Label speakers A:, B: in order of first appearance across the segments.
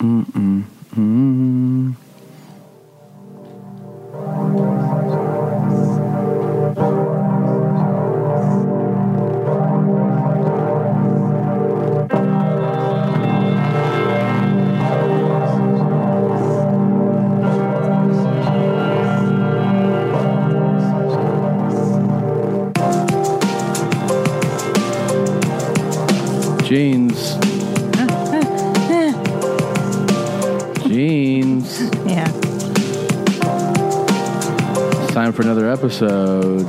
A: Mm-mm. Mm. Jeans. Jeans.
B: Yeah.
A: It's time for another episode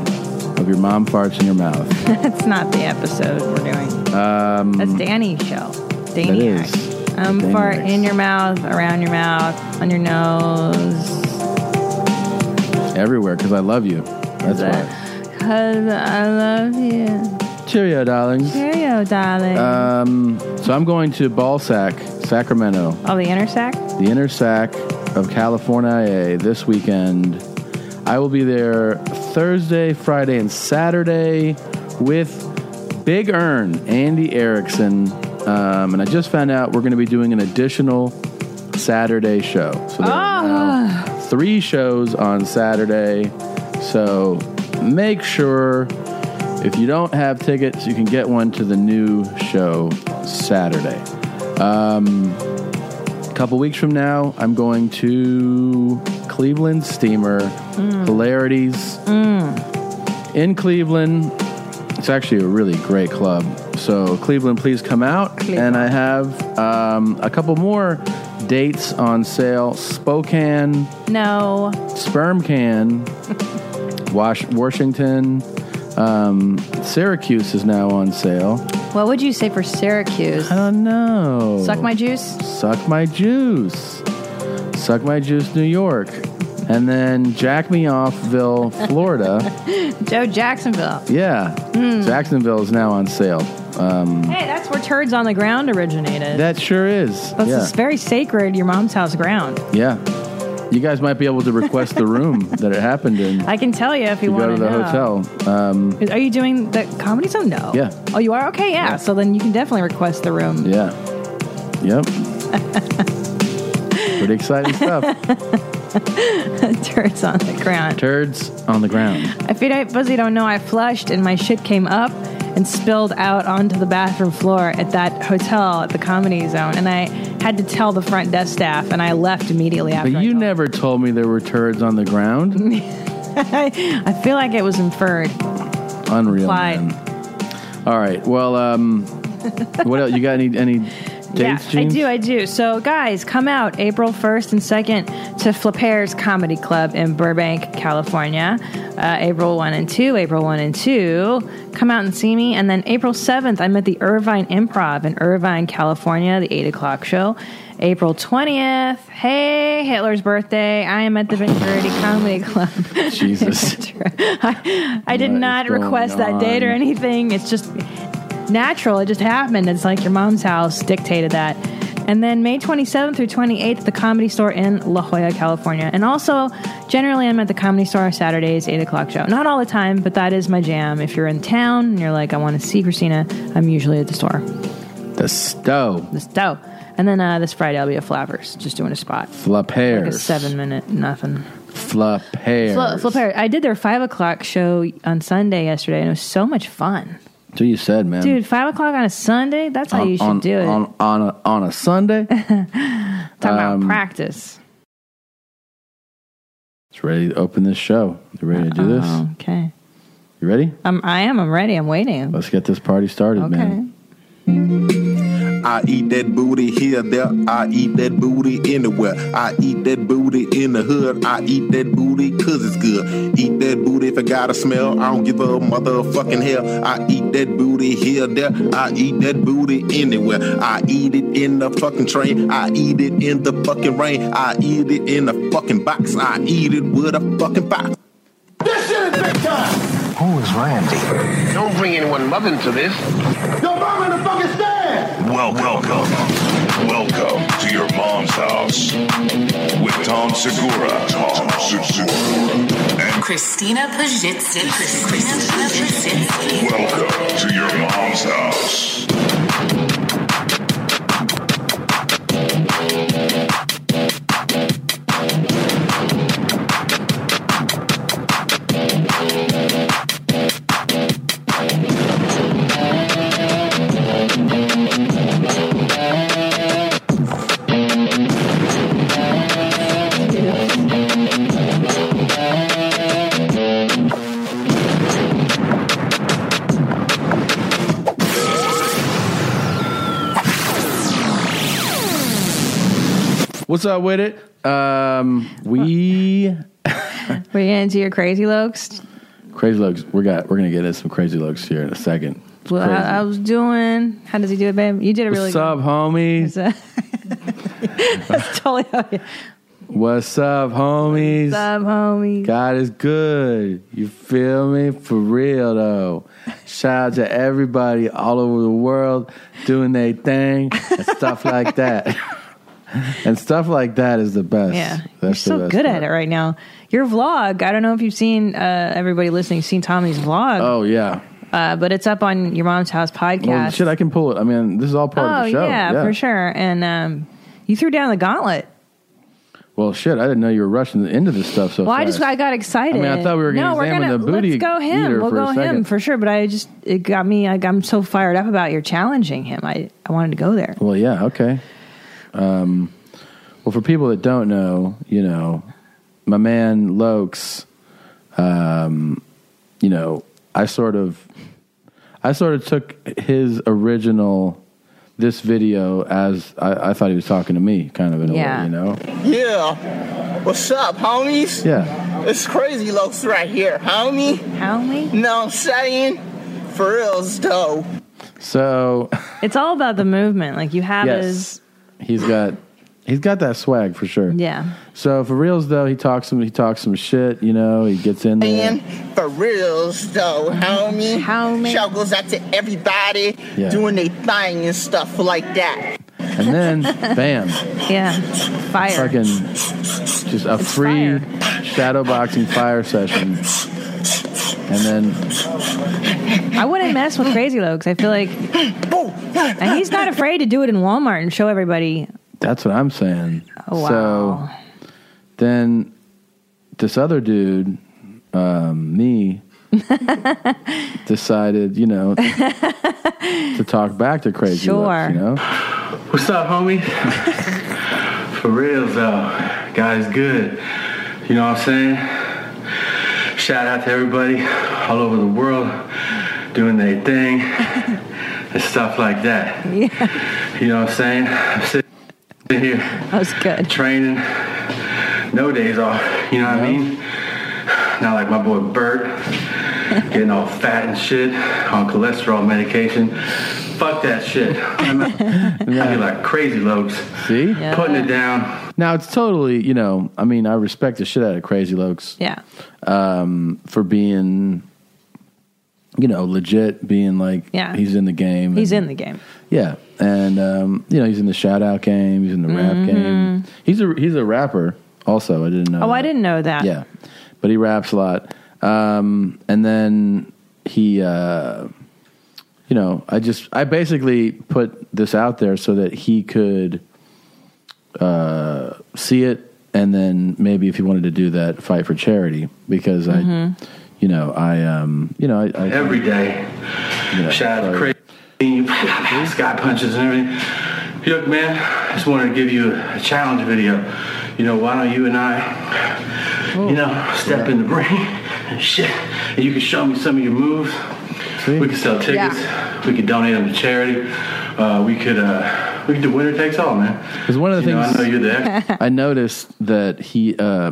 A: of Your Mom Farts in Your Mouth.
B: That's not the episode we're doing.
A: Um,
B: That's Danny's show.
A: that
B: Danny
A: is.
B: act. Um,
A: Danny
B: fart
A: acts.
B: in your mouth, around your mouth, on your nose.
A: Everywhere, because I love you. That's why.
B: Cause I love you.
A: Cheerio, darlings.
B: Cheerio, darling.
A: Um, so I'm going to Ballsack, Sacramento,
B: oh, the intersect?
A: the inner sack of California this weekend. I will be there Thursday, Friday, and Saturday with Big Earn, Andy Erickson. Um, and I just found out we're going to be doing an additional Saturday show. So there are now three shows on Saturday. So make sure if you don't have tickets, you can get one to the new show Saturday Um, couple weeks from now, I'm going to Cleveland Steamer Hilarities in Cleveland. It's actually a really great club. So Cleveland, please come out. And I have um, a couple more dates on sale: Spokane,
B: No.
A: Sperm Can, Wash- Washington. Um, Syracuse is now on sale.
B: What would you say for Syracuse?
A: I don't know.
B: Suck my juice?
A: Suck My Juice. Suck My Juice, New York. And then Jack Me Offville, Florida.
B: Joe Jacksonville.
A: yeah.
B: Hmm.
A: Jacksonville is now on sale. Um,
B: Hey, that's where Turds on the Ground originated.
A: That sure is.
B: That's this very sacred, your mom's house ground.
A: yeah. Yeah. You guys might be able to request the room that it happened in.
B: I can tell you if you
A: You
B: want
A: go to the
B: know.
A: hotel. Um,
B: Is- Are you doing the comedy zone? No.
A: Yeah.
B: Oh, you are? Okay, yeah. So then you can definitely request the room.
A: yeah. Yep. Pretty exciting stuff.
B: Turds on the ground.
A: Turds on the ground.
B: If you don't, Buzzy don't know, I flushed and my shit came up and spilled out onto the bathroom floor at that hotel at the comedy zone. And I had to tell the front desk staff and I left immediately after.
A: But
B: I
A: you
B: told
A: never told me there were turds on the ground.
B: them. I feel like it was inferred.
A: Unreal.
B: Why?
A: man. All right. Well, um, what else? You got any any dates?
B: yeah, I
A: Jeans?
B: do, I do. So, guys, come out April 1st and 2nd to Flapper's Comedy Club in Burbank, California. Uh, April 1 and 2, April 1 and 2. Come out and see me. And then April 7th, I'm at the Irvine Improv in Irvine, California, the 8 o'clock show. April 20th, hey, Hitler's birthday. I am at the Venturity Comedy Club.
A: Jesus.
B: I, I did
A: What is
B: not
A: going
B: request that date or
A: on?
B: anything. It's just natural. It just happened. It's like your mom's house dictated that. And then May 27th through 28th, the Comedy Store in La Jolla, California. And also, generally, I'm at the Comedy Store Saturdays, 8 o'clock show. Not all the time, but that is my jam. If you're in town and you're like, I want to see Christina, I'm usually at the store.
A: The stove,
B: This dope. And then uh, this Friday, I'll be at Flappers, just doing a spot.
A: flapper,
B: Like a seven minute nothing. Fla-
A: flapper.
B: Flapper, I did their five o'clock show on Sunday yesterday, and it was so much fun,
A: That's what you said, man.
B: dude. Five o'clock on a Sunday? That's how
A: on,
B: you should
A: on,
B: do it.
A: on on a, on a Sunday.
B: Talk about
A: um,
B: practice.
A: it's ready to open this show. You ready to do this?
B: Oh, okay.
A: You ready?
B: I'm, I am. I'm ready. I'm waiting.
A: Let's get this party started,
B: Okay.
A: man.
C: I eat that booty here, there. I eat that booty anywhere. I eat that booty in the hood. I eat that booty cause it's good. Eat that booty if I got a smell. I don't give a motherfucking hell. I eat that booty here, there. I eat that booty anywhere. I eat it in the fucking train. I eat it in the fucking rain. I eat it in the fucking box. I eat it with a fucking box.
D: This shit is big time.
E: Who is Randy?
F: Don't bring anyone mother into this.
D: Your mom in the fucking stand.
G: Well, welcome. Welcome to your mom's house with Tom Segura. Tom Segura. And
H: Christina Pajitsky. Christina Pajitsky.
G: welcome to your mom's house.
A: What's up with it? Um, we
B: We're you gonna do your crazy looks.
A: crazy looks. We got. We're gonna get into some crazy looks here in a second. It's
B: Well,
A: crazy.
B: I, I was doing. How does he do it, babe? You did a really
A: What's up, homies?
B: good. That's totally how you-
A: What's up, homies?
B: What's up, homie?
A: God is good. You feel me? For real though. Shout out to everybody all over the world doing their thing and stuff like that. and stuff like that is the best.
B: Yeah,
A: That's the
B: you're so
A: best
B: good
A: part.
B: at it right now. Your vlog. I don't know if you've seen uh, everybody listening. Seen Tommy's vlog,
A: Oh yeah.
B: uh, but it's up on your mom's house podcast.
A: Well, shit, I can pull it. I mean, this is all part of
B: oh
A: the show.
B: yeah, for sure. And um, you threw down the gauntlet.
A: Well, shit, I didn't know you were rushing into this stuff so
B: Well,
A: fast.
B: I just I got excited.
A: I mean, I thought we were gonna
B: no, we're
A: examine
B: gonna
A: the booty
B: let's go him.
A: eater
B: We'll
A: for a
B: go him
A: second.
B: for sure. But I just it got me. I, I'm so fired up about your challenging him. I I wanted to go Oh, there.
A: Well, yeah, okay. Um, well, for people that don't know, you know, my man Lokes, um, you know, I sort of, I sort of took his original this video as I, I thought he was talking to me, kind of in a
B: Yeah.
A: way, you know.
E: Yeah. What's up, homies?
A: Yeah.
E: It's Crazy Lokes right here, homie.
B: How me?
E: Know what I'm saying? For reals, though.
A: So
B: It's all about the movement. Like you have
A: yes,
B: his
A: he's got he's got that swag for sure.
B: yeah.
A: So for reals though, he talks some he talks some shit. You know, he gets in there.
E: Man, for reals, though, homie.
B: Mm-hmm. Homie.
E: Shout goes out to everybody
A: Yeah.
E: doing their thing and stuff like that.
A: And then, bam,
B: Yeah. Fire.
A: fucking just a free shadow boxing fire session. And then,
B: I wouldn't mess with Crazy Lokes. I feel like and he's not afraid to do it in Walmart and show everybody.
A: that's what I'm saying.
B: Oh, wow.
A: So then this other dude, um, me, decided, you know, to talk back to Crazy
B: Sure.
A: Lips, you know?
I: What's up, homie? For real, though. Guys, good. You know what I'm saying? Shout out to everybody all over the world doing their thing and stuff like that. You know what I'm saying? I'm sitting here
B: That was good.
I: training, no days off. You know what I mean? Not like my boy Bert, getting all fat and shit on cholesterol medication. Fuck that shit. I'm out. I be like crazy loads,
A: See?
B: Yeah.
I: putting it down.
A: Now it's totally, you know, I mean, I respect the shit out of Crazy Lokes.
B: Yeah.
A: for being you know legit being like
B: Yeah.
A: he's in the game
B: He's
A: and-
B: in the game.
A: yeah and um, you know he's in the shout out game he's in the
B: Mm-hmm.
A: rap game he's a he's a rapper also i didn't know
B: Oh, I
A: that.
B: didn't know that.
A: yeah but he raps a lot um, and then he uh, you know i just i basically put this out there so that he could uh, see it and then maybe if he wanted to do that fight for charity because i you know i um you know i, I
I: Every day,
A: you know,
I: shout out to
A: sorry.
I: crazy. Sky punches and everything. Look, man, I just wanted to give you a challenge video. You know, why don't you and I,
A: Oh,
I: you know, step in the ring and shit, and you can show me some of your moves.
A: See?
I: We could sell tickets. We could donate them to charity. Uh, we could uh, we could do winner takes all, man.
A: 'Cause one of the
I: You know,
A: things-
I: I know you're the expert.
A: I noticed that he uh,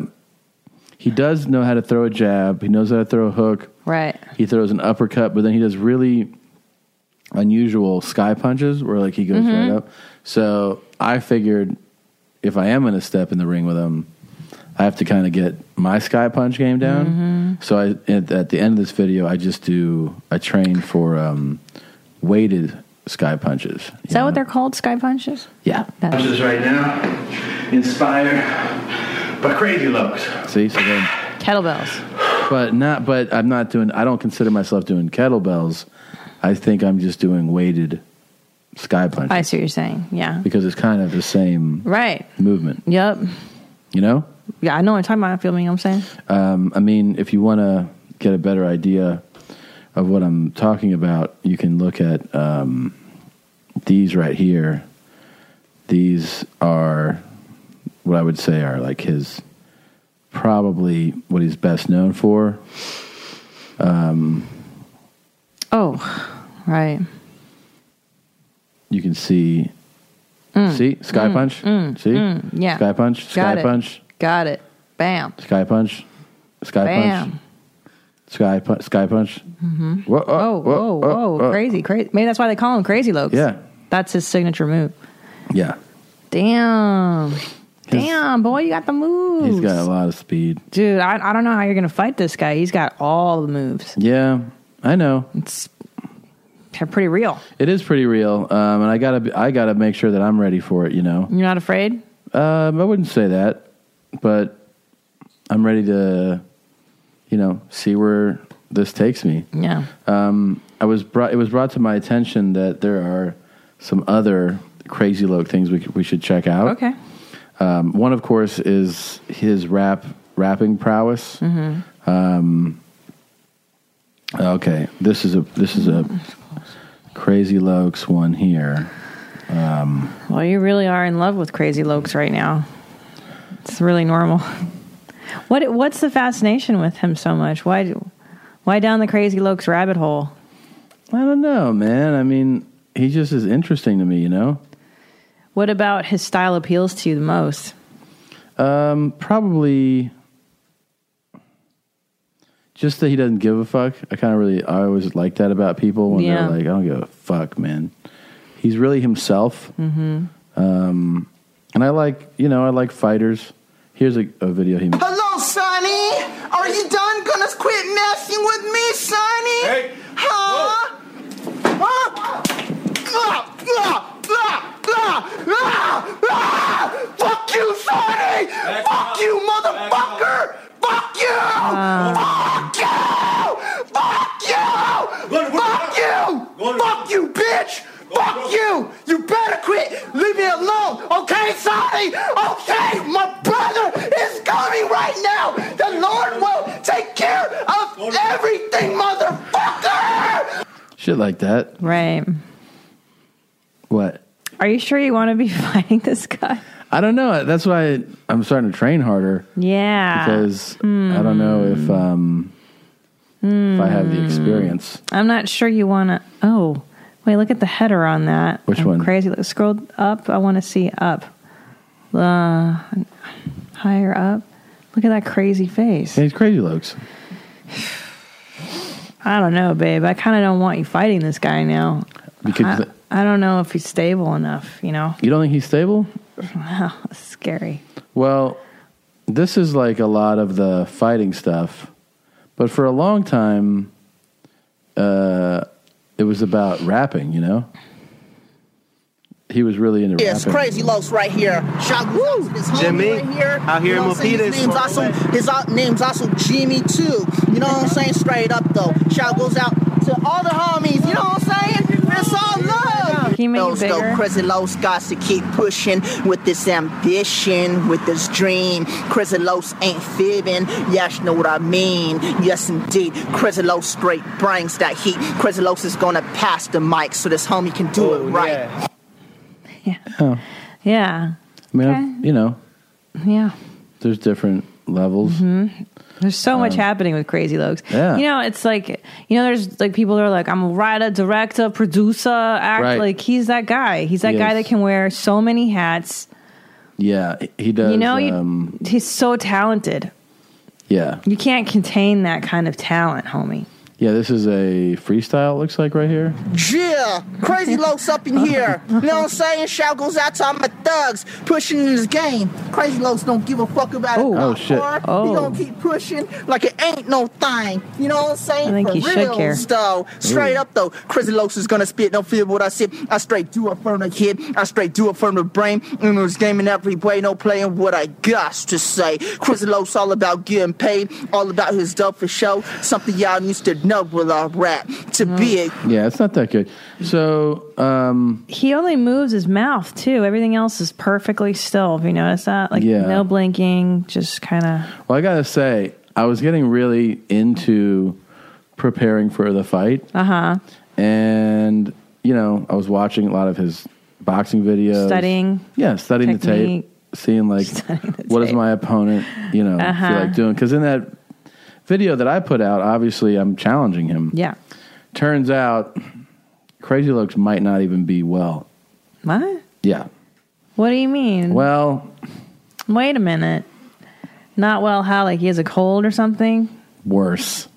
A: he does know how to throw a jab. He knows how to throw a hook.
B: Right.
A: He throws an uppercut, but then he does really unusual sky punches where like he goes right
B: Mm-hmm.
A: up. So I figured if I am going to step in the ring with him, I have to kind of get my sky punch game down.
B: Mm-hmm.
A: So I at, at the end of this video, I just do I train for um, weighted sky punches.
B: Is that what they're called? Sky punches?
A: Yeah.
B: That's-
I: Just right now, inspired by crazy looks.
A: See. So then,
B: Kettlebells.
A: but not but i'm not doing i don't consider myself doing kettlebells i think i'm just doing weighted sky punches
B: I see what you're saying. Yeah.
A: because it's kind of the same
B: Right.
A: movement
B: Yep.
A: you know
B: Yeah, I know what I'm talking about. Feel me? I'm saying.
A: um, i mean if you want to get a better idea of what i'm talking about you can look at um, these right here these are what i would say are like his probably what he's best known for Um,
B: Oh, right.
A: you can see
B: Mm.
A: See, Sky Punch. See,
B: yeah.
A: Sky Punch. Sky
B: Got it.
A: Punch.
B: Got it. Bam.
A: Sky Punch. Sky Punch.
B: Bam.
A: Sky Punch. Sky Punch. Mm-hmm. Whoa,
B: Whoa, Oh, whoa, whoa. crazy, crazy. Maybe that's why they call him Crazy Lokes.
A: Yeah.
B: That's his signature move.
A: Yeah,
B: Damn. Damn, boy, you got the moves.
A: he's got a lot of speed.
B: Dude, I, I don't know how you're going to fight this guy. He's got all the moves.
A: Yeah, I know.
B: It's they're pretty real.
A: It is pretty real, um, and I gotta be- I gotta make sure that I'm ready for it. You know,
B: You're not afraid?
A: um, I wouldn't say that, but I'm ready to, you know, see where this takes me.
B: Yeah.
A: Um, I was brought. It was brought to my attention that there are some other crazy look things we c- we should check out.
B: Okay.
A: Um, one, of course, is his rap rapping prowess.
D: Mm-hmm.
A: Um, okay, this is a this is a crazy Lokes one here. Um,
B: Well, you really are in love with Crazy Lokes right now. It's really normal. What what's the fascination with him so much? Why do- why down the Crazy Lokes rabbit hole?
A: I don't know, man. I mean, he just is interesting to me. You know,
B: What about his style appeals to you the most?
A: um, probably just that he doesn't give a fuck. I kind of really I always like that about people when
B: Yeah.
A: they're like, I don't give a fuck, man. He's really himself.
B: Mm-hmm.
A: Um, and I like, you know, I like fighters. Here's a, a video he made.
J: Hello, Sonny. Are you done? Gonna quit messing with me, Sonny? Hey. Huh? Huh? Ah, ah, ah, ah, ah, ah! Fuck you, Sonny! Fuck you, motherfucker! Fuck you! Fuck you! Fuck you! Fuck you! Fuck you, bitch! Fuck you! You better quit! Leave me alone! Okay, Sonny! Okay, my brother is coming right now! The Lord will take care of everything, motherfucker!
A: Shit like that.
B: Right.
A: What?
B: Are you sure you want to be fighting this guy?
A: I don't know. That's why I'm starting to train harder
B: Yeah.
A: because
B: Hmm.
A: I don't know if um if I have the
B: Hmm.
A: experience.
B: I'm not sure you want to. Oh, wait, look at the header on that.
A: Which
B: I'm
A: one?
B: Crazy. Look, scroll up. I want to see up. Uh, higher up. Look at that crazy face.
A: He's crazy lokes.
B: I don't know, babe. I kind of don't want you fighting this guy now.
A: Because
B: I, I don't know if he's stable enough, you know?
A: you don't think he's stable?
B: Wow, that's scary.
A: Well, this is like a lot of the fighting stuff, but for a long time, uh, it was about rapping. You know, he was really into
E: It's
A: rapping.
E: crazy Lokes right here. Shout out to this homie
A: Jimmy,
E: right here.
A: out here
E: you know
A: in
E: what I'm saying?
A: Milpitas.
E: His name's also his o- name's also Jimmy too. You know what I'm saying? Straight up though. Shout goes out to all the homies. You know what I'm saying? It's all love.
B: He made
E: Those
B: it bigger.
E: dope crazy Lokes guys to keep pushing with this ambition, with this dream. Crazy Lokes ain't fibbing. Yes, you know what I mean. Yes, indeed. Crazy Lokes straight brings that heat. Crazy Lokes is gonna pass the mic so this homie can do it right.
A: Oh,
B: Yeah.
A: I mean,
B: Okay.
A: I've- you know,
B: Yeah.
A: there's different levels.
B: hmm There's so much
A: Um,
B: happening with Crazy Lokes.
A: yeah.
B: You know, it's like, you know, there's like people that are like, I'm a writer, director, producer, act.
A: Right.
B: Like, he's that guy. He's that
A: He
B: guy
A: is.
B: that can wear so many hats.
A: Yeah, he does.
B: you know, you-
A: um,
B: he's so talented.
A: yeah,
B: You can't contain that kind of talent, homie.
A: yeah. This is a freestyle. It looks like right here.
E: Yeah, crazy lokes up in here. You know what I'm saying? Shout goes out to all my thugs pushing in this game. Crazy lokes don't give a fuck about it.
A: Oh, shit.
E: We
A: Oh.
E: gonna keep pushing like it ain't no thing. You know what I'm saying?
B: I think
E: For
B: he should
E: reals,
B: care.
E: though. Straight
B: Ooh.
E: up though, crazy lokes is gonna spit. Don't feel what I said. I straight do it from the head. I straight do it from the brain. In this game in every way, no playing what I got to say. Crazy lokes all about getting paid, all about his dope for show. Something y'all used to know with our rap. To be
B: Mm.
E: a
A: Yeah, it's not that good. So, um,
B: He only moves his mouth, too. Everything else is perfectly still. Have you noticed that? Like,
A: Yeah.
B: no blinking, just kind of.
A: well, I gotta say, I was getting really into preparing for the fight.
B: Uh huh.
A: and you know i was watching a lot of his boxing videos
B: Studying
A: yeah studying
B: technique.
A: the tape seeing like what is my opponent you know
B: Uh-huh.
A: feel like doing because in that video that i put out obviously i'm challenging him
B: Yeah.
A: turns out crazy looks might not even be well
B: What?
A: yeah
B: What do you mean?
A: Well,
B: wait a minute. Not well. How? Like he has a cold or something?
A: worse.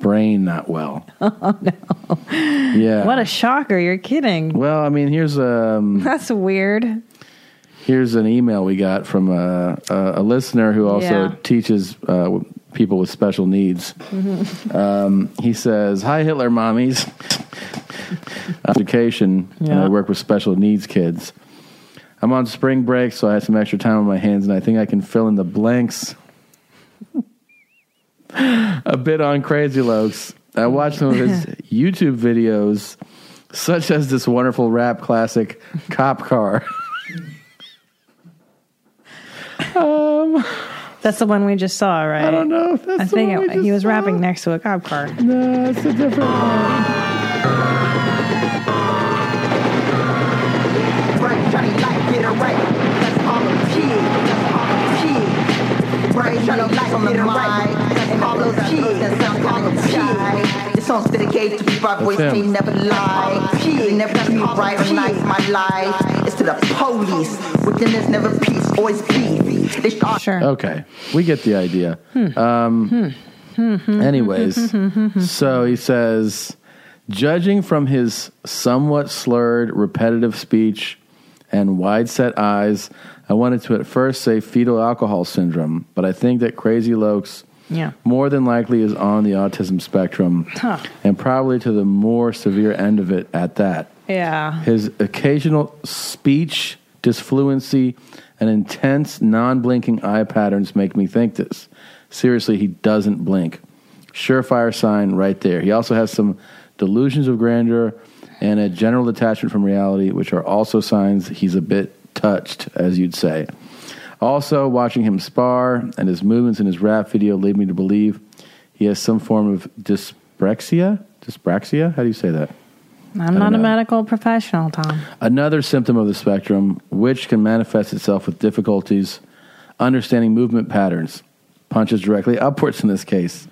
A: Brain not well.
B: Oh no!
A: Yeah.
B: What a shocker! You're kidding.
A: Well, I mean, here's um
B: That's weird.
A: here's an email we got from a a, a listener who also
B: Yeah.
A: teaches uh, people with special needs. Um, he says, "Hi, Hitler mommies." Uh, Education, and
K: Yeah.
A: I work with special needs kids. I'm on spring break, so I have some extra time on my hands, and I think I can fill in the blanks a bit on Crazy Lokes. I watched some of his YouTube videos, such as this wonderful rap classic, Cop Car. Um,
B: that's the one we just saw, right?
A: I don't know if that's
B: I
A: the
B: think
A: one
B: it,
A: we just
B: he was rapping next to a cop car.
A: No, it's a different one.
J: Brain trying to like get it right. That's all a kid. That's all a kid. Brain trying to like get it right. That's all a kid. That's all a kid. The songs dedicated to people I voice
E: him.
J: they never lie. They never treat me right or nice. My life is to the police. Within there's never peace. Always beef. They start.
B: Sure.
A: Okay, we get the idea. Um, anyways, so he says, judging from his somewhat slurred, repetitive speech and wide set eyes, I wanted to at first say fetal alcohol syndrome, but I think that Crazy Lokes
B: Yeah.
A: more than likely is on the autism spectrum
B: Huh.
A: and probably to the more severe end of it at that.
B: Yeah.
A: His occasional speech disfluency and intense non blinking eye patterns make me think this. Seriously, he doesn't blink. Surefire sign right there. He also has some delusions of grandeur and a general detachment from reality, which are also signs he's a bit touched, as you'd say. Also, watching him spar and his movements in his rap video lead me to believe he has some form of dyspraxia. Dyspraxia? How do you say that?
B: I'm
A: don't
B: not a
A: know.
B: medical professional, Tom.
A: Another symptom of the spectrum, which can manifest itself with difficulties understanding movement patterns, punches directly upwards in this case,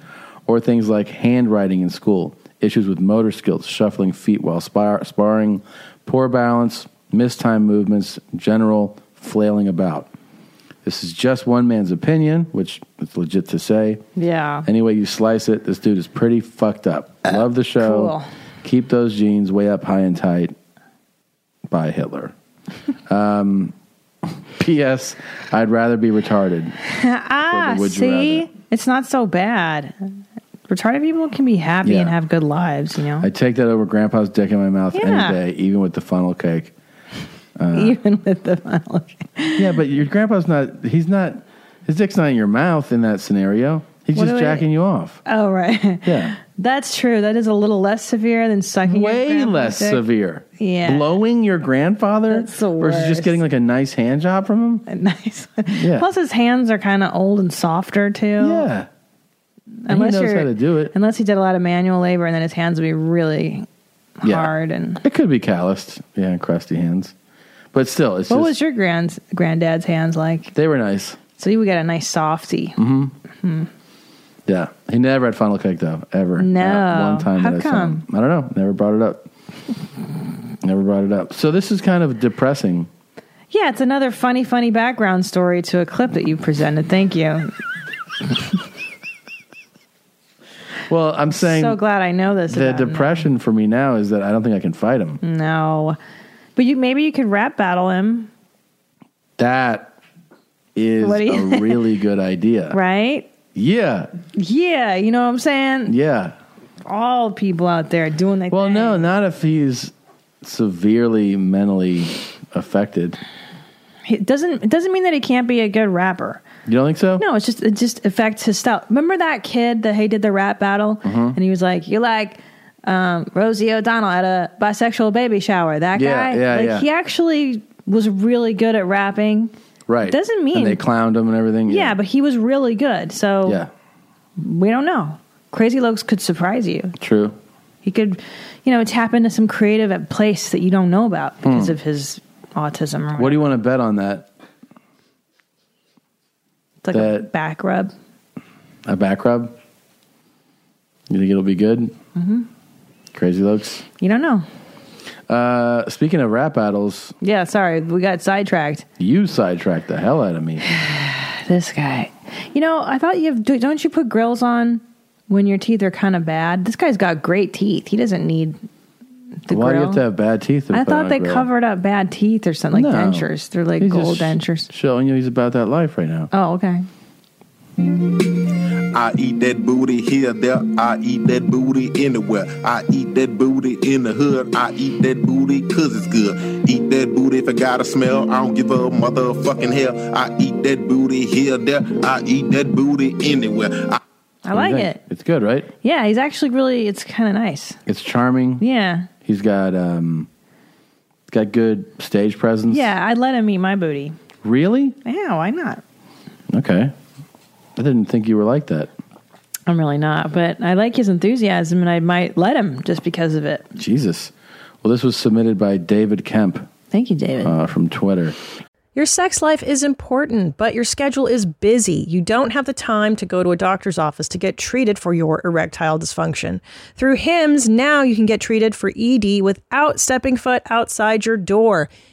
A: or things like handwriting in school, issues with motor skills, shuffling feet while spar- sparring, poor balance, mistimed movements, general flailing about. This is just one man's opinion, which it's legit to say.
B: Yeah.
A: Any way you slice it, this dude is pretty fucked up. Love the show.
B: Uh, cool.
A: Keep those jeans way up high and tight. By Hitler. um, P.S. I'd rather be retarded.
B: ah,
A: would you
B: see, it's not so bad. Retarded people can be happy and
A: Yeah.
B: have good lives. You know,
A: I take that over Grandpa's dick in my mouth
B: Yeah.
A: any day, even with the funnel cake. Uh,
B: even with the funnel cake.
A: yeah, but your grandpa's not. He's not. His dick's not in your mouth in that scenario. He's
B: What
A: just
B: do I-
A: jacking you off.
B: Oh right.
A: Yeah.
B: That's true. That is a little less severe than sucking. your
A: Way
B: grandpa's
A: less
B: dick.
A: severe.
B: Yeah.
A: Blowing your grandfather versus
B: worst.
A: just getting like a nice hand job from him.
B: Nice.
A: Yeah.
B: Plus, his hands are kind of old and softer too.
A: Yeah. And he knows
B: you're-
A: how to do it.
B: Unless he did a lot of manual labor, and then his hands would be really
A: Yeah.
B: hard. And
A: It could be calloused. Yeah, and crusty hands. But still, it's
B: what
A: just,
B: was your grand's granddad's hands like?
A: they were nice.
B: So you would get a nice softy.
A: hmm
B: Hmm.
A: Yeah. He never had funnel cake though, ever.
B: No.
A: Not one time
B: How
A: that I saw him. I don't know. Never brought it up. never brought it up. So this is kind of depressing.
B: Yeah, it's another funny, funny background story to a clip that you presented. Thank you.
A: Well, I'm saying
B: so glad I know this.
A: the
B: about him.
A: depression for me now is that I don't think I can fight him.
B: No, but you maybe you could rap battle him,
A: That is
B: What do you
A: a
B: think?
A: really good idea.
B: right?
A: Yeah.
B: Yeah, you know what I'm saying.
A: Yeah.
B: All people out there doing that.
A: Well, Oh, no, not if he's severely mentally affected.
B: It doesn't. It doesn't mean that he can't be a good rapper.
A: You don't think so?
B: No, it's just it just affects his style. Remember that kid that he did the rap battle,
A: Mhm.
B: and he was like, "You're like um, Rosie O'Donnell at a bisexual baby shower." That
A: Yeah,
B: guy,
A: yeah,
B: like
A: yeah.
B: he actually was really good at rapping.
A: Right.
B: Doesn't mean-
A: And they clowned him and everything.
B: Yeah, but he was really good. So
A: Yeah.
B: we don't know. Crazy Lokes could surprise you.
A: True.
B: He could, you know, tap into some creative place that you don't know about because
A: Hmm.
B: of his autism. Or
A: What do you want to bet on that?
B: It's like a
A: that-
B: back rub.
A: A back rub? You think it'll be good?
B: hmm
A: Crazy looks.
B: You don't know.
A: Uh, speaking of rap battles,
B: Yeah, sorry, we got sidetracked.
A: you sidetracked the hell out of me.
B: This guy. You know, I thought you have. do- Don't you put grills on when your teeth are kind of bad? This guy's got great teeth. He doesn't need the
A: Why do you
B: grill.
A: have to have bad teeth? to
B: I
A: put on
B: thought
A: a
B: they
A: grill?
B: covered up bad teeth or something like
A: No.
B: dentures. They're like
A: He's
B: gold
A: just
B: dentures.
A: Showing you he's about that life right now.
B: Oh, okay.
C: I eat that booty here, there. I eat that booty anywhere. I eat that booty in the hood. I eat that booty cause it's good. Eat that booty if I got a smell. I don't give a motherfucking hell. I eat that booty here, there. I eat that booty anywhere. I,
B: I like it.
A: It's good, right?
B: Yeah, he's actually really. It's kind of nice.
A: It's charming.
B: Yeah,
A: He's got um, he's got good stage presence.
B: yeah. I'd let him eat my booty.
A: Really?
B: Yeah, why not?
A: Okay. I didn't think you were like that.
B: I'm really not, but I like his enthusiasm, and I might let him just because of it.
A: Jesus. Well, this was submitted by David Kemp
B: Thank you, David.
A: uh, from Twitter.
K: Your sex life is important, but your schedule is busy. You don't have the time to go to a doctor's office to get treated for your erectile dysfunction. Through HIMS, now you can get treated for ED without stepping foot outside your door.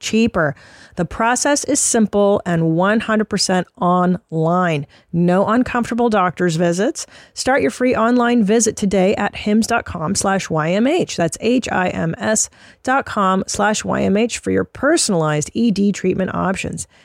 K: cheaper. The process is simple and 100% online. No uncomfortable doctor's visits. Start your free online visit today at hims.com slash YMH. That's H-I-M-S dot com slash YMH for your personalized E ED treatment options.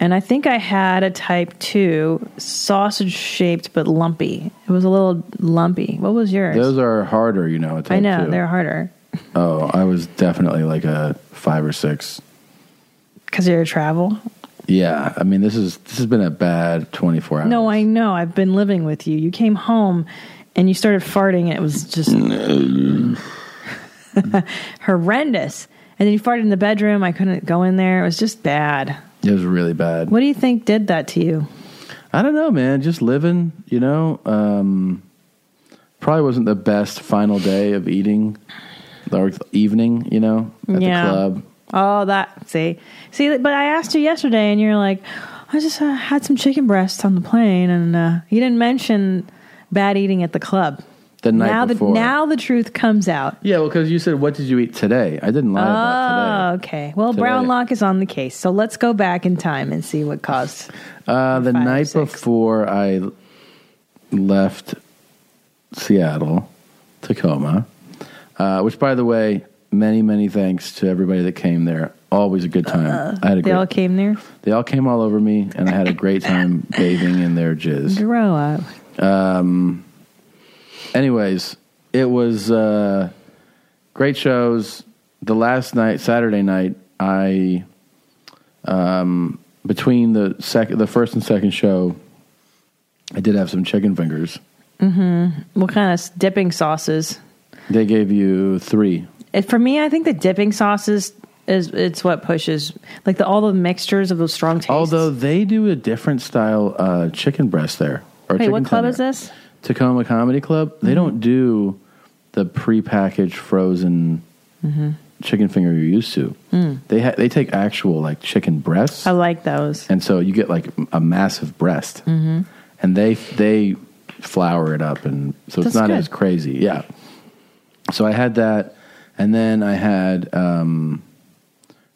B: and I think I had a type two sausage shaped but lumpy. It was a little lumpy. What was yours?
A: Those are harder, you know.
B: I know,
A: they
B: they're harder
A: Oh, I was definitely like a five or six.
B: because you're a travel.
A: Yeah, I mean, this is this has been a bad twenty four hours.
B: No, I know. I've been living with you. You came home and you started farting, and it was just horrendous. And then you farted in the bedroom. I couldn't go in there. It was just bad.
A: It was really bad.
B: What do you think did that to you?
A: I don't know, man. Just living, you know. Um, probably wasn't the best final day of eating or evening, you know, at
B: yeah.
A: the club.
B: Oh, that see, see. But I asked you yesterday, and you're like, "I just uh, had some chicken breasts on the plane," and uh, you didn't mention bad eating at the club.
A: The night
B: now
A: before.
B: the now the truth comes out.
A: Yeah, well, because you said, "What did you eat today?" I didn't lie about
B: Oh, okay. Well,
A: Today.
B: Brownlock is on the case, so let's go back in time and see what caused.
A: Uh, the night before I left Seattle, Tacoma, uh, which, by the way, many, many thanks to everybody that came there. Always a good time. I had a
B: Uh-uh. uh, They
A: great,
B: all came there.
A: they all came all over me, and I had a great time bathing in their jizz.
B: Grow up.
A: Um, anyways, it was uh, great shows. The last night, Saturday night, I um, between the second, the first and second show, I did have some chicken fingers.
B: Mm-hmm. What kind of s- dipping sauces?
A: They gave you three.
B: It, for me, I think the dipping sauces is it's what pushes like the all the mixtures of those strong tastes.
A: Although they do a different style uh, chicken breast there. Or
B: Wait,
A: chicken
B: what club
A: tender.
B: is Mm-hmm. this?
A: Tacoma Comedy Club. They don't do the prepackaged frozen
B: Mm-hmm.
A: chicken finger you're used to.
B: Mm.
A: They ha- they take actual like chicken breasts,
B: I like those.
A: and so you get like a massive breast,
B: Mm-hmm.
A: and they they flour it up, and so it's
B: That's
A: not
B: good.
A: as crazy. Yeah. So I had that, and then I had um,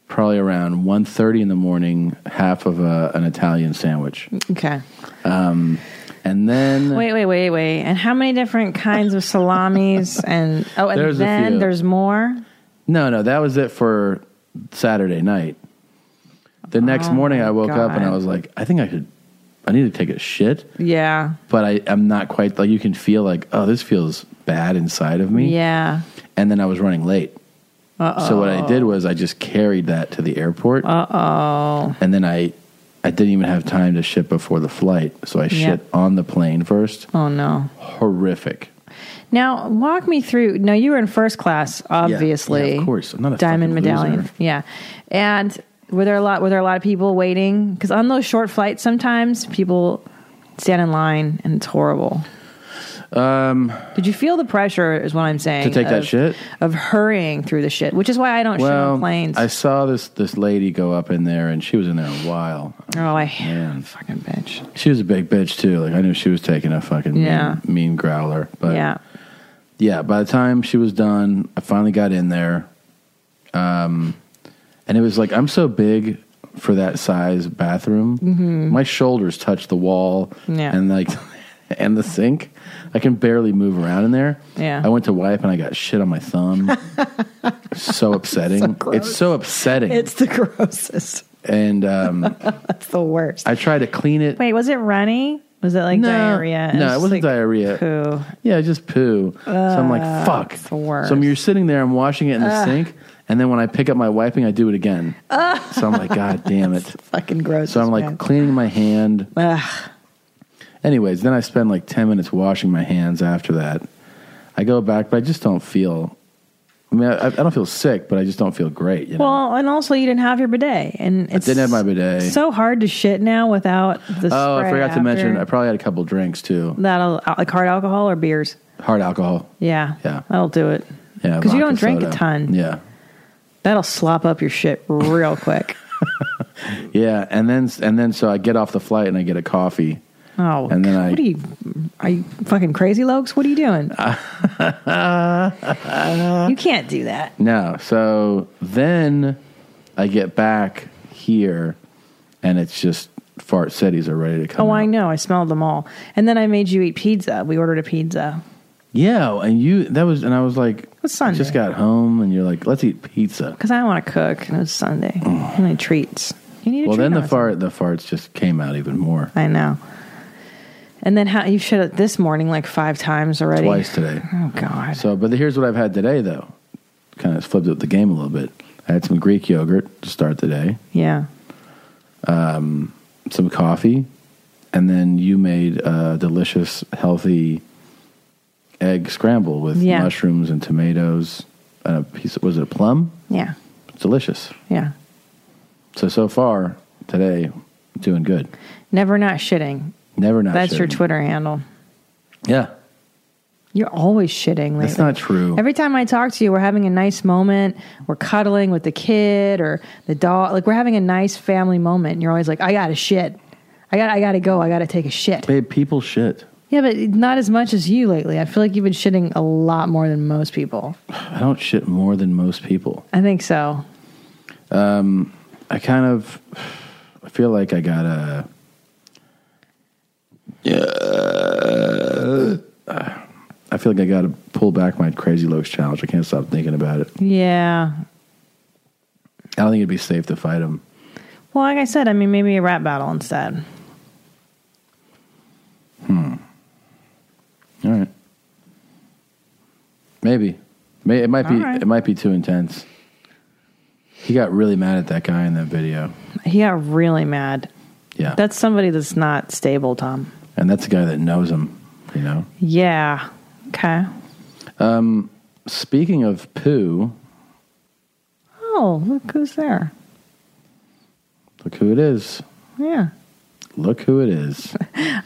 A: probably around 1.30 in the morning half of a, an Italian sandwich,
B: Okay.
A: um, and then
B: Wait, wait, wait, wait. And how many different kinds of salamis and oh, and
A: There's a
B: then
A: few.
B: there's more.
A: No, no, that was it for Saturday night. The next
B: Oh,
A: morning, I woke up and I
B: God.
A: was like, I think I could, I need to take a shit,
B: Yeah.
A: but I, I'm not quite like you can feel like, oh, this feels bad inside of me.
B: Yeah.
A: And then I was running late.
B: Uh-oh.
A: So what I did was I just carried that to the airport.
B: Uh oh.
A: And then I, I didn't even have time to shit before the flight. So I
B: Yeah.
A: shit on the plane first.
B: Oh no.
A: Horrific.
B: Now walk me through. Now you were in first class, obviously.
A: yeah, of course. I'm not a
B: diamond
A: fucking
B: medallion.
A: loser.
B: Yeah, and were there a lot? Were there a lot of people waiting? Because on those short flights, sometimes people stand in line, and it's horrible.
A: Um,
B: Did you feel the pressure? Is what I'm saying.
A: to take that
B: of-
A: shit?
B: of hurrying through the shit, which is why I don't shit on planes.
A: I saw this this lady go up in there, and she was in there a while.
B: oh, I
A: Man,
B: fucking bitch.
A: She was a big bitch too. Like I knew she was taking a fucking
B: Yeah.
A: mean, mean growler. But
B: yeah.
A: yeah, By the time she was done, I finally got in there, um, and it was like I'm so big for that size bathroom.
B: Mhm.
A: My shoulders touch the wall,
B: Yeah.
A: and like and the sink. I can barely move around in there.
B: Yeah.
A: I went to wipe and I got shit on my thumb. so upsetting. it's so upsetting.
B: It's the grossest.
A: and um,
B: That's the worst.
A: I tried to clean it.
B: Wait, was it runny? Was it like diarrhea?
A: No, it wasn't diarrhea.
B: Poo.
A: Yeah, just poo. so I'm like,
B: Ugh,
A: fuck.
B: it's the worst.
A: So you're sitting there, I'm washing it in the
B: Ugh.
A: sink, and then when I pick up my wiping, I do it again. So I'm like, God damn it.
B: fucking gross.
A: So I'm like cleaning my hand. Anyways, then I spend like 10 minutes washing my hands after that. I go back, but I just don't feel. I mean, I, I don't feel sick, but I just don't feel great. You know?
B: Well, and also you didn't have your bidet, and
A: I
B: it's
A: didn't have my bidet.
B: so hard to shit now without the.
A: oh, I
B: spray
A: forgot
B: after.
A: to mention, I probably had a couple drinks too.
B: that'll like hard alcohol or beers.
A: Hard alcohol.
B: Yeah,
A: Yeah.
B: that'll do it.
A: Yeah.
B: because you
A: vodka
B: don't drink a
A: soda.
B: ton.
A: Yeah.
B: That'll slop up your shit real quick.
A: Yeah, and then and then so I get off the flight and I get a coffee.
B: Oh,
A: And then I-
B: what are you? Are you fucking crazy, Lokes? What are you doing?
A: Uh-huh.
B: you can't do that.
A: No, so then I get back here, and it's just fart cities are ready to come.
B: oh, I know. I smelled them all, and then I made you eat pizza. We ordered a pizza.
A: Yeah, and you that was and I was like, I just got home, and you're like, let's eat pizza.
B: Because I want to cook, and it was Sunday. I need treats. You need a
A: Well,
B: treat
A: then the
B: on a
A: fart the farts just came out even more.
B: I know. And then how you shit it this morning like five times already.
A: Twice today.
B: Oh God.
A: So, but here's what I've had today though. Kind of flipped up the game a little bit. I had some Greek yogurt to start the day.
B: Yeah.
A: um, some coffee, and then you made a delicious, healthy egg scramble with
B: Yeah.
A: mushrooms and tomatoes and a piece. Of, was it a plum?
B: Yeah.
A: It's delicious.
B: Yeah.
A: So so far today, doing good.
B: Never not shitting.
A: Never not.
B: That's your
A: shitting.
B: Twitter handle.
A: Yeah,
B: You're always shitting lately.
A: that's not true.
B: Every time I talk to you, we're having a nice moment. We're cuddling with the kid or the dog. Like we're having a nice family moment. And you're always like, I gotta shit. I got I gotta go. I gotta take a shit.
A: Babe, people shit.
B: Yeah, but not as much as you lately. I feel like you've been shitting a lot more than most people.
A: I don't shit more than most people.
B: I think so.
A: Um, I kind of, I feel like I gotta. Yeah. I feel like I gotta pull back my crazy looks challenge. I can't stop thinking about it.
B: Yeah.
A: I don't think it'd be safe to fight him.
B: Well, like I said, I mean, maybe a rap battle instead.
A: Hmm. All right. Maybe. May, it might be.
B: All right.
A: It might be too intense. He got really mad at that guy in that video.
B: He got really mad.
A: Yeah.
B: That's somebody that's not stable, Tom.
A: and that's a guy that knows him. You know.
B: Yeah. Okay.
A: Um, speaking of poo,
B: Oh, look who's there.
A: look who it is.
B: Yeah.
A: Look who it is.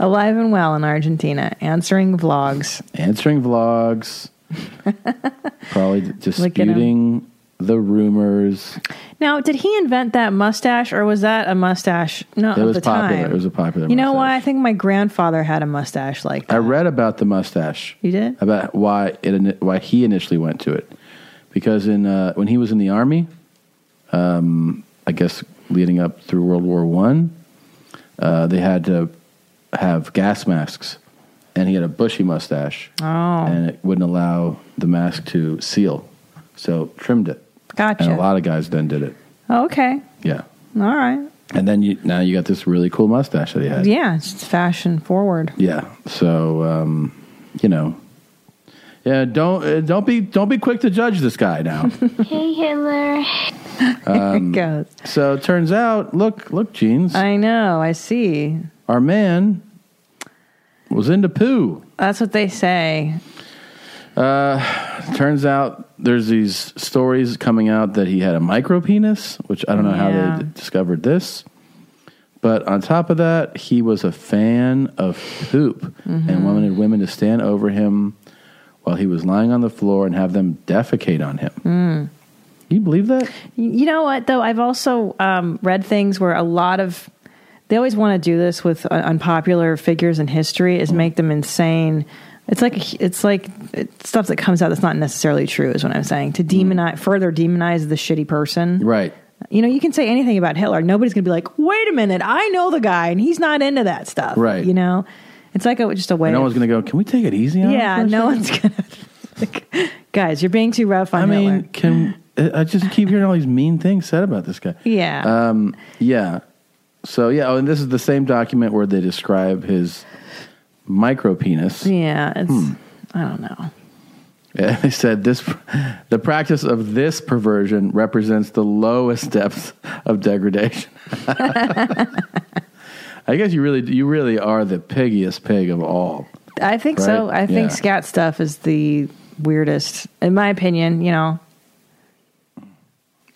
B: Alive and well in Argentina, answering vlogs.
A: Answering vlogs. Probably d-
B: Look at him.
A: disputing the rumors.
B: Now, did he invent that mustache or was that a mustache? No,
A: it
B: of
A: was
B: the
A: popular.
B: time.
A: It was a popular.
B: you know why? I think my grandfather had a mustache like
A: I read about the mustache.
B: You did?
A: About why it ini- why he initially went to it, because in uh, when he was in the army, um, I guess leading up through World War One, uh, they had to have gas masks, and he had a bushy mustache,
B: Oh,
A: and it wouldn't allow the mask to seal, so trimmed it. And
B: gotcha.
A: a lot of guys then did it.
B: Oh, okay.
A: Yeah,
B: All right.
A: and then you now you got this really cool mustache that he had.
B: Yeah, it's just fashion forward.
A: Yeah. So, um, you know, yeah. Don't uh, don't be don't be quick to judge this guy now.
L: Hey Hitler.
A: Um,
B: goes.
A: So it turns out, look, look, jeans.
B: I know. I see.
A: Our man was into poo.
B: That's what they say.
A: Uh, turns out there's these stories coming out that he had a micro penis, which I don't know how
B: Yeah.
A: they d- discovered this. But on top of that, he was a fan of poop
B: Mm-hmm.
A: and wanted women to stand over him while he was lying on the floor and have them defecate on him.
B: Mm.
A: You believe that?
B: You know what, though? I've also um, read things where a lot of they always want to do this with uh, unpopular figures in history is make them insane. It's like it's like it's stuff that comes out that's not necessarily true is what I'm saying to demonize further demonize the shitty person.
A: Mm. Right.
B: You know, you can say anything about Hitler. Nobody's going to be like, "Wait a minute, I know the guy, and he's not into that stuff."
A: Right.
B: You know, it's like a, just a way.
A: And no
B: of-
A: one's going to go, can we take it easy on him
B: yeah,
A: for a
B: no
A: second?"
B: one's gonna. guys, you're being too rough on
A: I mean,
B: Hitler.
A: can I I just keep hearing all these mean things said about this guy?
B: Yeah.
A: Um, yeah. So yeah, oh, and this is the same document where they describe his micro penis.
B: Yeah, it's
A: Hmm.
B: I don't know.
A: Yeah, they said this the practice of this perversion represents the lowest depths of degradation. I guess you really you really are the piggiest pig of all.
B: I think so.
A: Right?
B: I think
A: Yeah.
B: scat stuff is the weirdest, in my opinion. You know,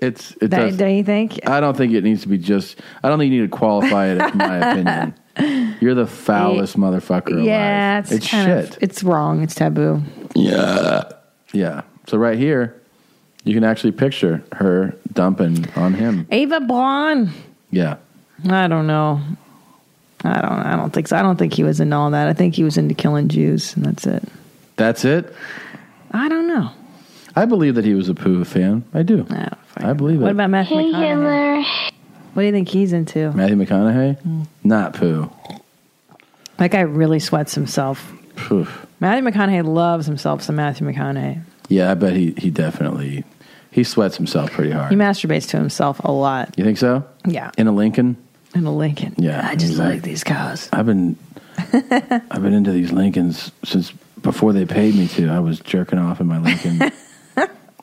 A: It's it
B: Don't-
A: does,
B: don't you think?
A: I don't think it needs to be just I don't think you need to qualify it in my opinion. You're the foulest motherfucker alive.
B: yeah, it's,
A: it's
B: kind
A: shit.
B: Of, it's wrong. It's taboo.
A: Yeah. Yeah. So right here, you can actually picture her dumping on him.
B: Ava Braun.
A: Yeah.
B: I don't know. I don't. I don't think so. I don't think he was into all that. I think he was into killing Jews, and that's it.
A: That's it.
B: I don't know. Oh,
A: I believe that he was a Pooh fan. I do. I believe it.
B: What about Matthew
L: Hey,
B: McConaughey? What do you think he's into?
A: Matthew McConaughey?
B: Mm.
A: Not Pooh.
B: That guy really sweats himself.
A: Pooh.
B: Matthew McConaughey loves himself some Matthew McConaughey.
A: Yeah, I bet he, he definitely he sweats himself pretty hard.
B: He masturbates to himself a lot.
A: You think so?
B: Yeah.
A: In a Lincoln?
B: In a Lincoln.
A: Yeah.
B: I just
A: He's
B: like these cows.
A: I've been I've been into these Lincolns since before they paid me to. I was jerking off in my Lincoln.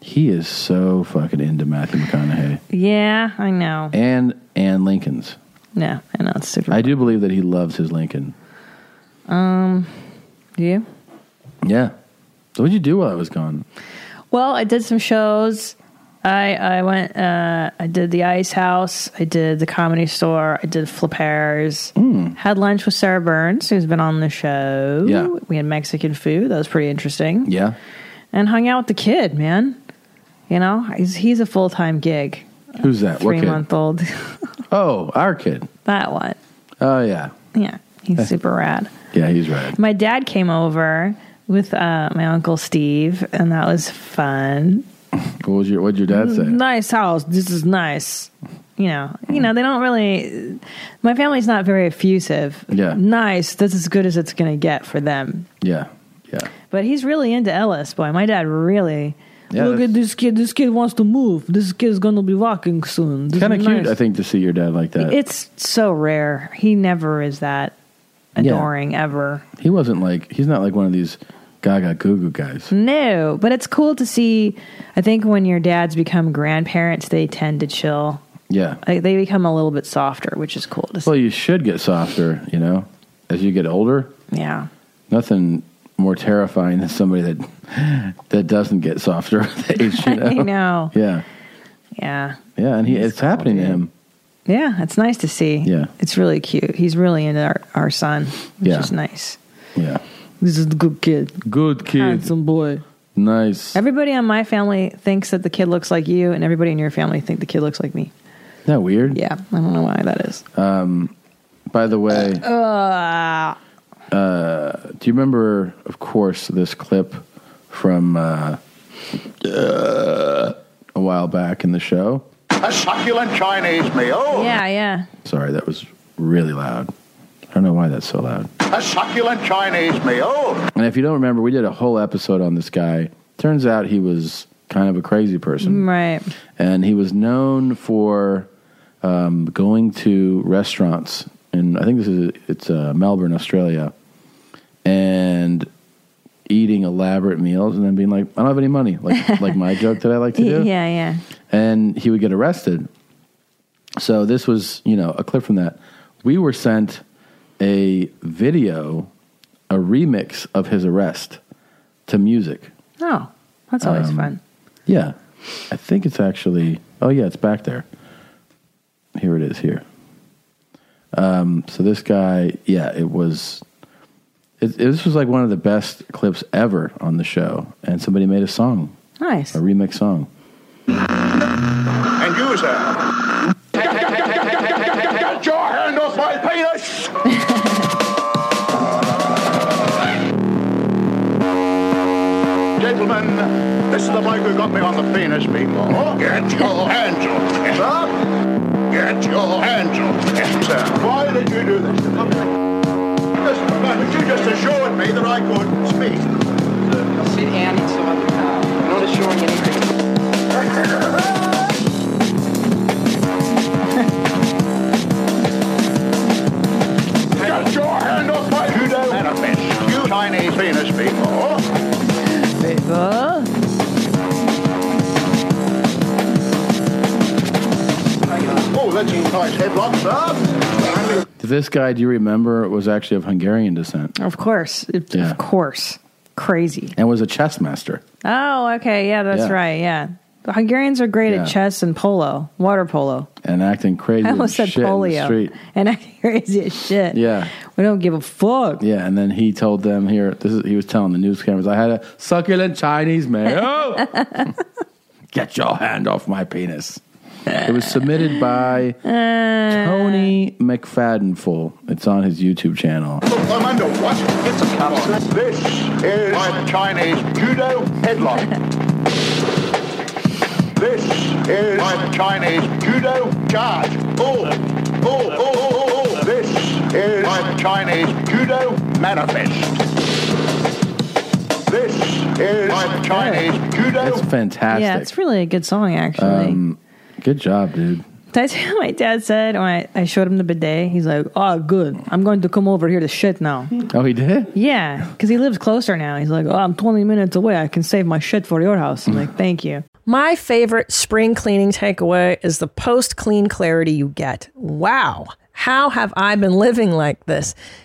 A: he is so fucking into Matthew McConaughey.
B: Yeah, I know.
A: and and Lincoln's.
B: Yeah, I know it's super.
A: I do believe that he loves his Lincoln.
B: Um, do you?
A: Yeah. So what'd you do while I was gone?
B: Well, I did some shows. I I went. Uh, I did the Ice House. I did the Comedy Store. I did Flippers. Had lunch with Sarah Burns, who's been on the show.
A: Hmm. Yeah.
B: we had Mexican food. That was pretty interesting.
A: Yeah.
B: and hung out with the kid, man. You know, he's he's a full time gig.
A: Who's that?
B: Three
A: what kid?
B: month old.
A: Oh, our kid.
B: that one.
A: Oh yeah.
B: Yeah, he's super rad.
A: Yeah, he's right.
B: My dad came over with uh, my uncle Steve, and that was fun.
A: What was your what'd your dad say?
B: Nice house. This is nice. You know, you know, they don't really. My family's not very effusive.
A: Yeah.
B: Nice. That's as good as it's going to get for them.
A: Yeah. Yeah.
B: But he's really into Ellis, boy. My dad really.
A: Yeah,
B: Look at this kid. This kid wants to move. This kid's gonna be walking soon.
A: It's
B: This
A: kinda
B: is
A: cute,
B: nice."
A: I think, to see your dad like that.
B: It's so rare. He never is that
A: Yeah.
B: adoring ever.
A: he wasn't like he's not like one of these gaga goo goo
B: Mm.
A: guys.
B: No, but it's cool to see. I think when your dads become grandparents, they tend to chill.
A: Yeah.
B: Like they become a little bit softer, which is cool to see.
A: Well you should get softer, you know? as you get older.
B: Yeah.
A: Nothing more terrifying than somebody that that doesn't get softer with age. You know?
B: I know.
A: Yeah,
B: Yeah.
A: yeah, and he it's happening to him.
B: Yeah. It's nice to see.
A: Yeah.
B: It's really cute. He's really into our, our son, which
A: Yeah.
B: is nice.
A: Yeah,
B: this is a good kid.
A: Good kid,
B: Handsome boy.
A: Nice.
B: Everybody on my family thinks that the kid looks like you, and everybody in your family think the kid looks like me.
A: Isn't that weird?
B: Yeah, I don't know why that is.
A: Um, by the way,
B: Uh,
A: uh, do you remember, of course, this clip from uh, uh, a while back in the show?
D: A succulent Chinese meal.
B: Yeah, yeah.
A: Sorry, that was really loud. I don't know why that's so loud.
D: A succulent Chinese meal.
A: And if you don't remember, we did a whole episode on this guy. Turns out he was kind of a crazy person.
B: right.
A: And he was known for um, going to restaurants. And I think this is, it's uh, Melbourne, Australia. And eating elaborate meals and then being like, I don't have any money. Like, like my joke that I like to
B: Yeah,
A: do
B: yeah.
A: and he would get arrested. So this was, you know, a clip from that. We were sent a video, a remix of his arrest to music.
B: Oh, that's always
A: Um,
B: fun.
A: Yeah. I think it's actually oh yeah, it's back there. Here it is here. Um so this guy, yeah, it was it, it- this was like one of the best clips ever on the show and somebody made a song.
B: Nice.
A: A remix song.
D: And you, sir. Get, get, get, get, get, get, get, get your hand off my penis! Gentlemen, this is the bloke who got me on the penis before. Get your hands off me. Sir? Get your hands off me. Sir, why did you do this to me? Just, but you just assured me that I could speak. Sit down in some other car. Not assuring anything. Get your hand off my You don't manifest. You Chinese penis people.
B: People.
D: Oh, that's a nice headlock, sir.
A: This guy, do you remember, was actually of Hungarian descent.
B: Of course. It-
A: Yeah.
B: Of course. Crazy.
A: and was a chess master.
B: Oh, okay. Yeah, that's
A: Yeah.
B: right. Yeah. The Hungarians are great
A: Yeah.
B: at chess and polo, water polo.
A: and acting crazy.
B: I almost
A: as
B: said
A: shit In the
B: polio.
A: street.
B: And I'm crazy as shit.
A: Yeah.
B: We don't give a fuck.
A: Yeah, and then he told them here. This is he was telling the news cameras. I had a succulent Chinese mayo. Get your hand off my penis. It was submitted by Tony McFaddenful. It's on his YouTube channel.
D: I'm under what? It's a capsule. This is my Chinese judo headlock. this is my Chinese judo charge. Oh, oh, oh, oh, oh, oh. This is my Chinese judo manifest. This is my Chinese judo.
A: It's fantastic.
B: Yeah, it's really a good song, actually.
A: um, good job, dude.
B: That's what my dad said when I, I showed him the bidet. He's like, oh, good. I'm going to come over here to shit now.
A: Oh, he did.
B: Yeah, because he lives closer now. He's like, oh, I'm 20 minutes away. I can save my shit for your house. I'm like, thank you.
K: My favorite spring cleaning takeaway is the post clean clarity you get. Wow. How have I been living like this?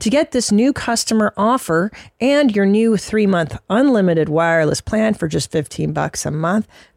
K: To get this new customer offer and your new 3-month unlimited wireless plan for just 15 bucks a month,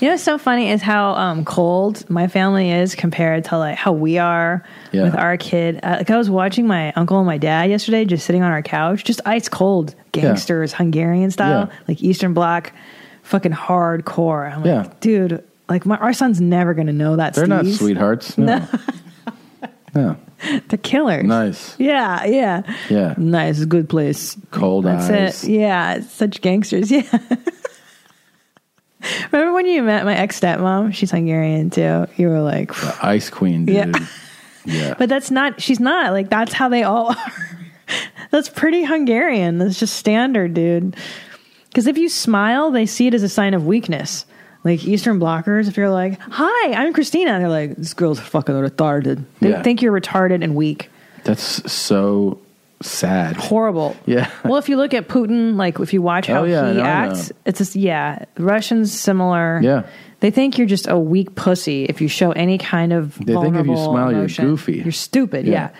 B: You know what's so funny is how um, cold my family is compared to like how we are
A: Yeah.
B: with our kid. Uh, like I was watching my uncle and my dad yesterday, just sitting on our couch, just ice cold
A: Yeah.
B: gangsters, Hungarian style,
A: Yeah.
B: like Eastern Bloc, fucking hardcore. I'm like,
A: Yeah.
B: dude, like my our son's never gonna know that.
A: They're not
B: Steve's.
A: sweethearts. No. No.
B: They're killers.
A: Nice.
B: Yeah, yeah,
A: Yeah.
B: Nice. Good place.
A: Cold
B: That's
A: eyes.
B: it. Yeah, such gangsters. Yeah. Remember when you met my ex stepmom? She's Hungarian too. You were like,
A: The ice queen, dude.
B: Yeah.
A: Yeah. yeah.
B: but that's not. She's not like that's how they all are. that's pretty Hungarian. That's just standard, dude. Because if you smile, they see it as a sign of weakness. Like Eastern blockers, if you're like, "Hi, I'm Christina," they're like, "This girl's fucking retarded." They
A: Yeah.
B: think you're retarded and weak.
A: That's so sad.
B: Horrible.
A: Yeah.
B: well, if you look at Putin, like if you watch how
A: Oh, yeah,
B: he
A: no, I
B: acts,
A: know.
B: it's just yeah. Russians similar.
A: Yeah.
B: They think you're just a weak pussy if you show any kind of
A: They think if you
B: vulnerable
A: smile, you're
B: emotion.
A: goofy.
B: You're stupid.
A: Yeah.
B: Yeah.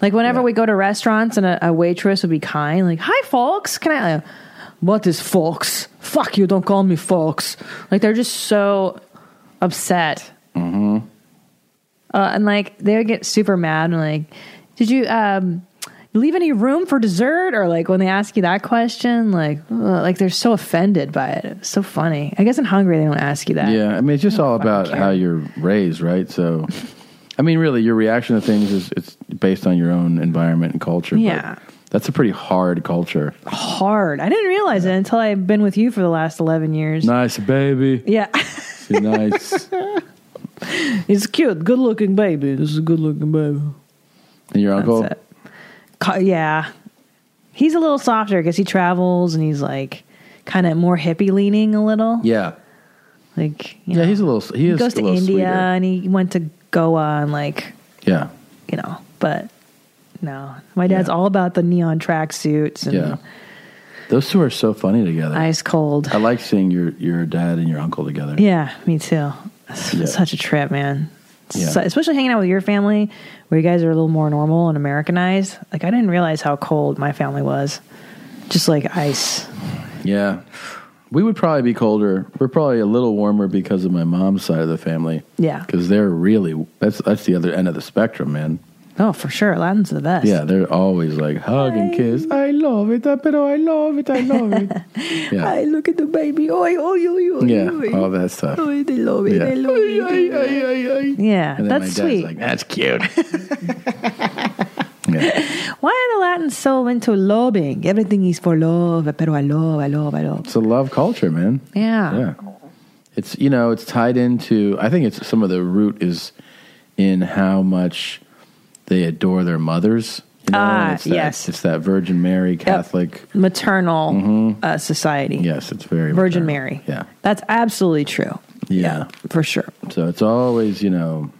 B: Like whenever we go to restaurants and a, a waitress would be kind, like, "Hi, folks, can I?" Like, what is folks? Fuck you! Don't call me folks. Like they're just so upset.
A: Mm-hmm.
B: Uh, and like they would get super mad and like, did you um, leave any room for dessert? Or like when they ask you that question, like ugh, like they're so offended by it. It's so funny. I guess in Hungary they don't ask you that.
A: Yeah, I mean, it's just all about how you're raised, right? So, I mean, really, your reaction to things is it's based on your own environment and culture. but
B: Yeah.
A: that's a pretty hard culture.
B: Hard. I didn't realize it until I've been with you for the last eleven years.
A: Nice baby.
B: Yeah.
A: She nice.
B: He's cute, good looking baby. This is a good looking baby.
A: And your uncle?
B: it. Ca- Yeah. He's a little softer because he travels and he's like kind of more hippie leaning a little.
A: Yeah.
B: Like
A: yeah, he's a little. He
B: He
A: is
B: goes
A: a
B: to
A: little
B: India
A: sweeter.
B: and he went to Goa and like
A: Yeah,
B: you know, but no, my dad's all about the neon tracksuits and
A: yeah. Those two are so funny together.
B: ice cold.
A: I like seeing your your dad and your uncle together.
B: Yeah, me too. It's
A: Yeah.
B: Such a trip, man.
A: Yeah.
B: So- especially hanging out with your family, where you guys are a little more normal and Americanized. Like I didn't realize how cold my family was, just like ice.
A: Yeah. We would probably be colder. We're probably a little warmer because of my mom's side of the family.
B: Yeah.
A: Because they're really that's that's the other end of the spectrum, man.
B: Oh, for sure, Latin's the best.
A: Yeah, they're always like hug and kiss.
J: I love it, pero I love it, I love it.
A: Yeah.
J: I look at the baby. Oi, oi, oi, oi.
A: Yeah,
J: oi.
A: all that stuff.
J: Oi, they love it,
A: Yeah.
J: they love it. Oi, oi, oi, oi.
B: Yeah,
A: And then
B: that's
A: my dad's
B: sweet.
A: like, that's cute.
B: Why are the Latins so into loving? Everything is for love, pero I love, I love, I love.
A: It's a love culture, man.
B: Yeah.
A: Yeah. It's you know, it's tied into I think it's some of the root is in how much they adore their mothers. You know? and
B: Ah,
A: it's that,
B: yes.
A: It's that Virgin Mary Catholic
B: maternal uh, society.
A: Yes, it's Mm-hmm. very
B: Virgin Mary.
A: Yeah.
B: That's absolutely true.
A: Yeah,
B: for sure.
A: So it's always, you know,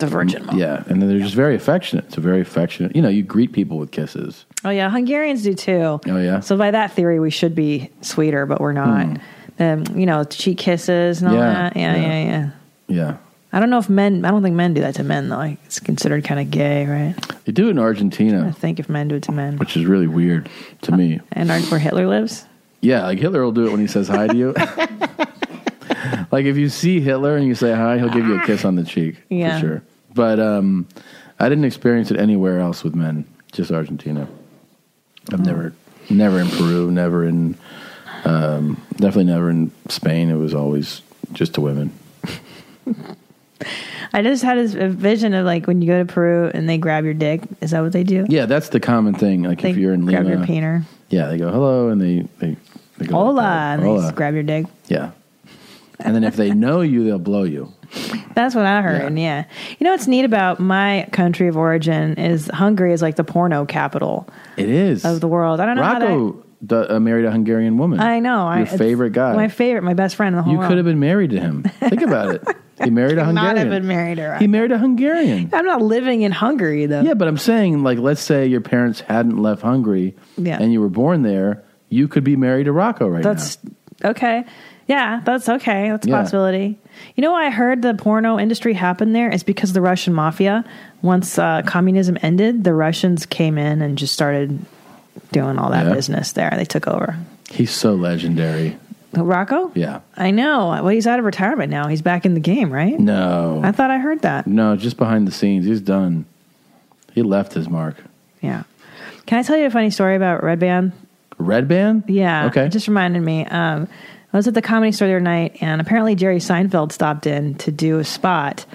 B: the Virgin Mom.
A: Yeah, and then they're just very affectionate. It's a very affectionate. You know, you greet people with kisses.
B: Oh yeah, Hungarians do too.
A: Oh yeah,
B: So by that theory, we should be sweeter, but we're not. Um, you know, cheek kisses and all
A: Hmm. Yeah,
B: that. Yeah,
A: yeah.
B: yeah, yeah.
A: yeah.
B: I don't know if men. I don't think men do that to men though. Like, It's considered kind of gay, right?
A: They do it in
B: I
A: Argentina,
B: think if men do it to men,
A: which is really weird to me.
B: and aren't where Hitler lives.
A: Yeah, like Hitler will do it when he says hi to you. like if you see Hitler and you say hi, he'll give you a kiss on the cheek
B: Yeah.
A: for sure. But um, I didn't experience it anywhere else with men, just Argentina.
B: Mm.
A: I've never, never in Peru, never in, um, definitely never in Spain. It was always just to women.
B: I just had this a vision of like when you go to Peru and they grab your dick. Is that what they do?
A: Yeah, that's the common thing. Like
B: They
A: if you're in
B: grab
A: Lima,
B: your peener.
A: Yeah, they go hello and they they, they go
B: Hola,
A: like that.
B: and they
A: Hola.
B: just grab your dick.
A: yeah. And then if they know you, they'll blow you.
B: That's what I heard. Yeah. You know what's neat about my country of origin is Hungary is like the porno capital
A: It is.
B: of the world. I don't know how
A: Rocco d- uh, married a Hungarian woman.
B: that. I know. I,
A: Your
B: it's
A: favorite guy.
B: My favorite. My best friend in the whole
A: you
B: world.
A: could have been married to him. Think about it. He married a
B: Could
A: Hungarian.
B: Not have been married or.
A: He married a Hungarian.
B: I'm not living in Hungary though.
A: Yeah, but I'm saying, like, let's say your parents hadn't left Hungary,
B: Yeah.
A: and you were born there, you could be married to Rocco right
B: that's okay. Yeah, that's okay. That's a
A: Yeah.
B: possibility. You know why I heard the porno industry happened there is because the Russian mafia. Once uh, communism ended, the Russians came in and just started doing all that
A: Yeah.
B: business there. They took over.
A: now. He's so legendary.
B: Rocco?
A: Yeah.
B: I know. Well, he's out of retirement now. He's back in the game, right?
A: No.
B: I thought I heard that.
A: No, just behind the scenes. He's done. He left his mark.
B: Yeah. Can I tell you a funny story about Red Band?
A: Red Band?
B: Yeah.
A: Okay.
B: It just reminded me. Um, I was at the comedy store the other night, and apparently Jerry Seinfeld stopped in to do a spot,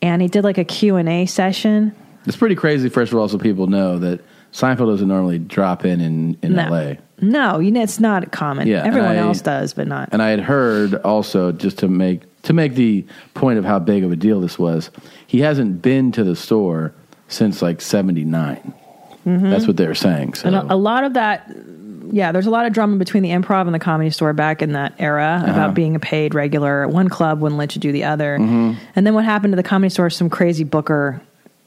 B: and he did like a Q and A session.
A: It's pretty crazy, first of all, so people know that Seinfeld doesn't normally drop in in, in
B: no.
A: LA.
B: No, you know it's not common.
A: Yeah, and
B: everyone
A: I-
B: else does, but not.
A: And I had heard also, just to make to make the point of how big of a deal this was, he hasn't been to the store since like seventy
B: Mhm.
A: That's what they were saying. So
B: And a, a lot of that, yeah, there's a lot of drama between the improv and the comedy store back in that era
A: Uh-huh.
B: about being a paid regular. One club wouldn't let you do the other.
A: Mm-hmm.
H: Mm-hmm.
B: And then what happened to the comedy store? Some crazy booker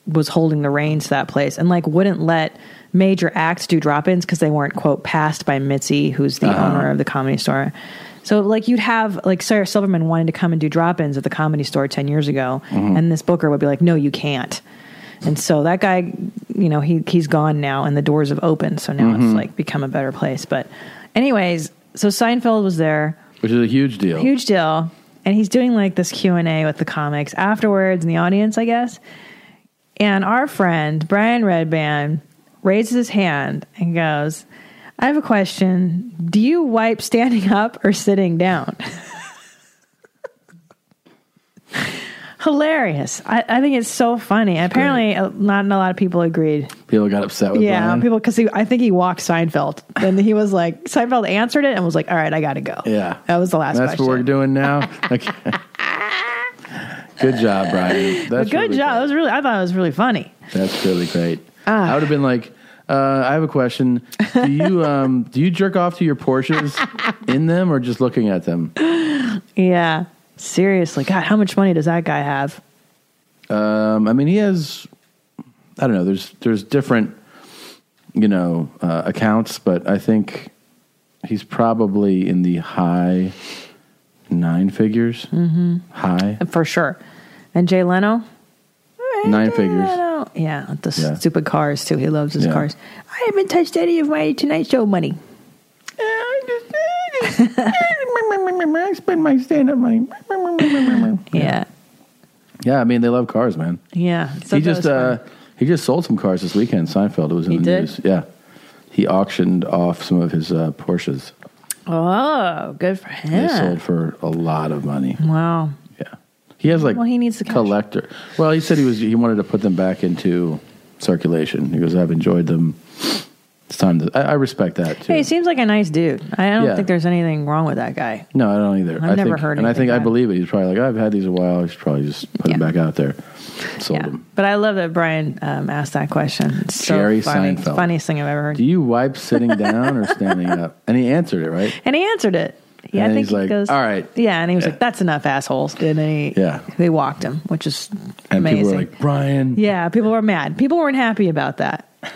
B: was holding the reins to that place and like wouldn't let major acts do drop ins because they weren't, quote, passed by Mitzi, who's the owner of the comedy store. So like you'd have like Sarah Silverman wanting to come and do drop ins at the comedy store 10 years ago.
L: Mhm.
B: And this booker would be like, no, you can't. And so that guy, you know, he he's gone now, and the doors have opened. So now
A: Mhm.
B: it's like become a better place. But, anyways, so Seinfeld was there,
A: which is a huge deal.
B: huge deal, and he's doing like this Q and A with the comics afterwards in the audience, I guess. And our friend Brian Redband raises his hand and goes, "I have a question. Do you wipe standing up or sitting down?" Hilarious. I, I think it's so funny. Apparently, uh, not a lot of people agreed.
A: People got upset with
B: Yeah,
A: Brian.
B: people because I think he walked Seinfeld, and he was like Seinfeld answered it and was like, "All right, I got to go."
A: yeah,
B: That was the last.
A: That's
B: question.
A: what we're doing now. okay. Good job, Brian.
B: But
A: That's
B: good
A: really
B: job. It was really. I thought it was really funny.
A: That's really great.
B: Ah.
A: I would have been like, uh, I have a question. Do you um, do you jerk off to your Porsches in them or just looking at them?
B: Yeah, seriously, God, how much money does that guy have?
A: Um, I mean, he has. I don't know. There's there's different, you know, uh, accounts, but I think he's probably in the high nine figures.
B: Mm-hmm.
A: High
B: for sure. And Jay Leno.
A: nine figures.
B: Leno. Yeah, with the
A: Yeah.
B: stupid cars too. He loves his
A: Yeah.
B: cars. I haven't touched any of my Tonight Show money.
A: I spend my stand up money.
B: Yeah,
A: Yeah, I mean, they love cars, man.
B: yeah. So
A: he
B: that
A: just
B: was fun.
A: uh, he just sold some cars this weekend. Seinfeld. It was in
B: He
A: the
B: did?
A: news. Yeah, he auctioned off some of his uh, Porsches.
B: Oh, good for
A: and They
B: him.
A: sold for a lot of money.
B: Wow.
A: He has like
B: Well, he needs the cash.
A: collector. Well, he said he was he wanted to put them back into circulation. He goes, I've enjoyed them. It's time to. I, I respect that too.
B: Hey, he seems like a nice dude. I don't
A: Yeah.
B: think there's anything wrong with that guy.
A: No, I don't either.
B: I've
A: I
B: never
A: think,
B: heard
A: and I
B: anything
A: think I
B: bad.
A: believe it. He's probably like, I've had these a while. I should probably just put them back out there. Sold them.
B: But I love that Brian um, asked that question. It's so
A: Jerry
B: funny.
A: Seinfeld.
B: Funniest thing I've ever heard.
A: Do you wipe sitting down or standing up? And he answered it right.
B: and he answered it.
A: And
B: Yeah, I
A: then
B: think
A: he's
B: he
A: like,
B: goes,
A: "All right."
B: Yeah, and he was like, "That's enough, assholes." And he,
A: Yeah.
B: they walked him, which is
A: And
B: amazing.
A: people were like, Brian.
B: yeah, people were mad. People weren't happy about that. A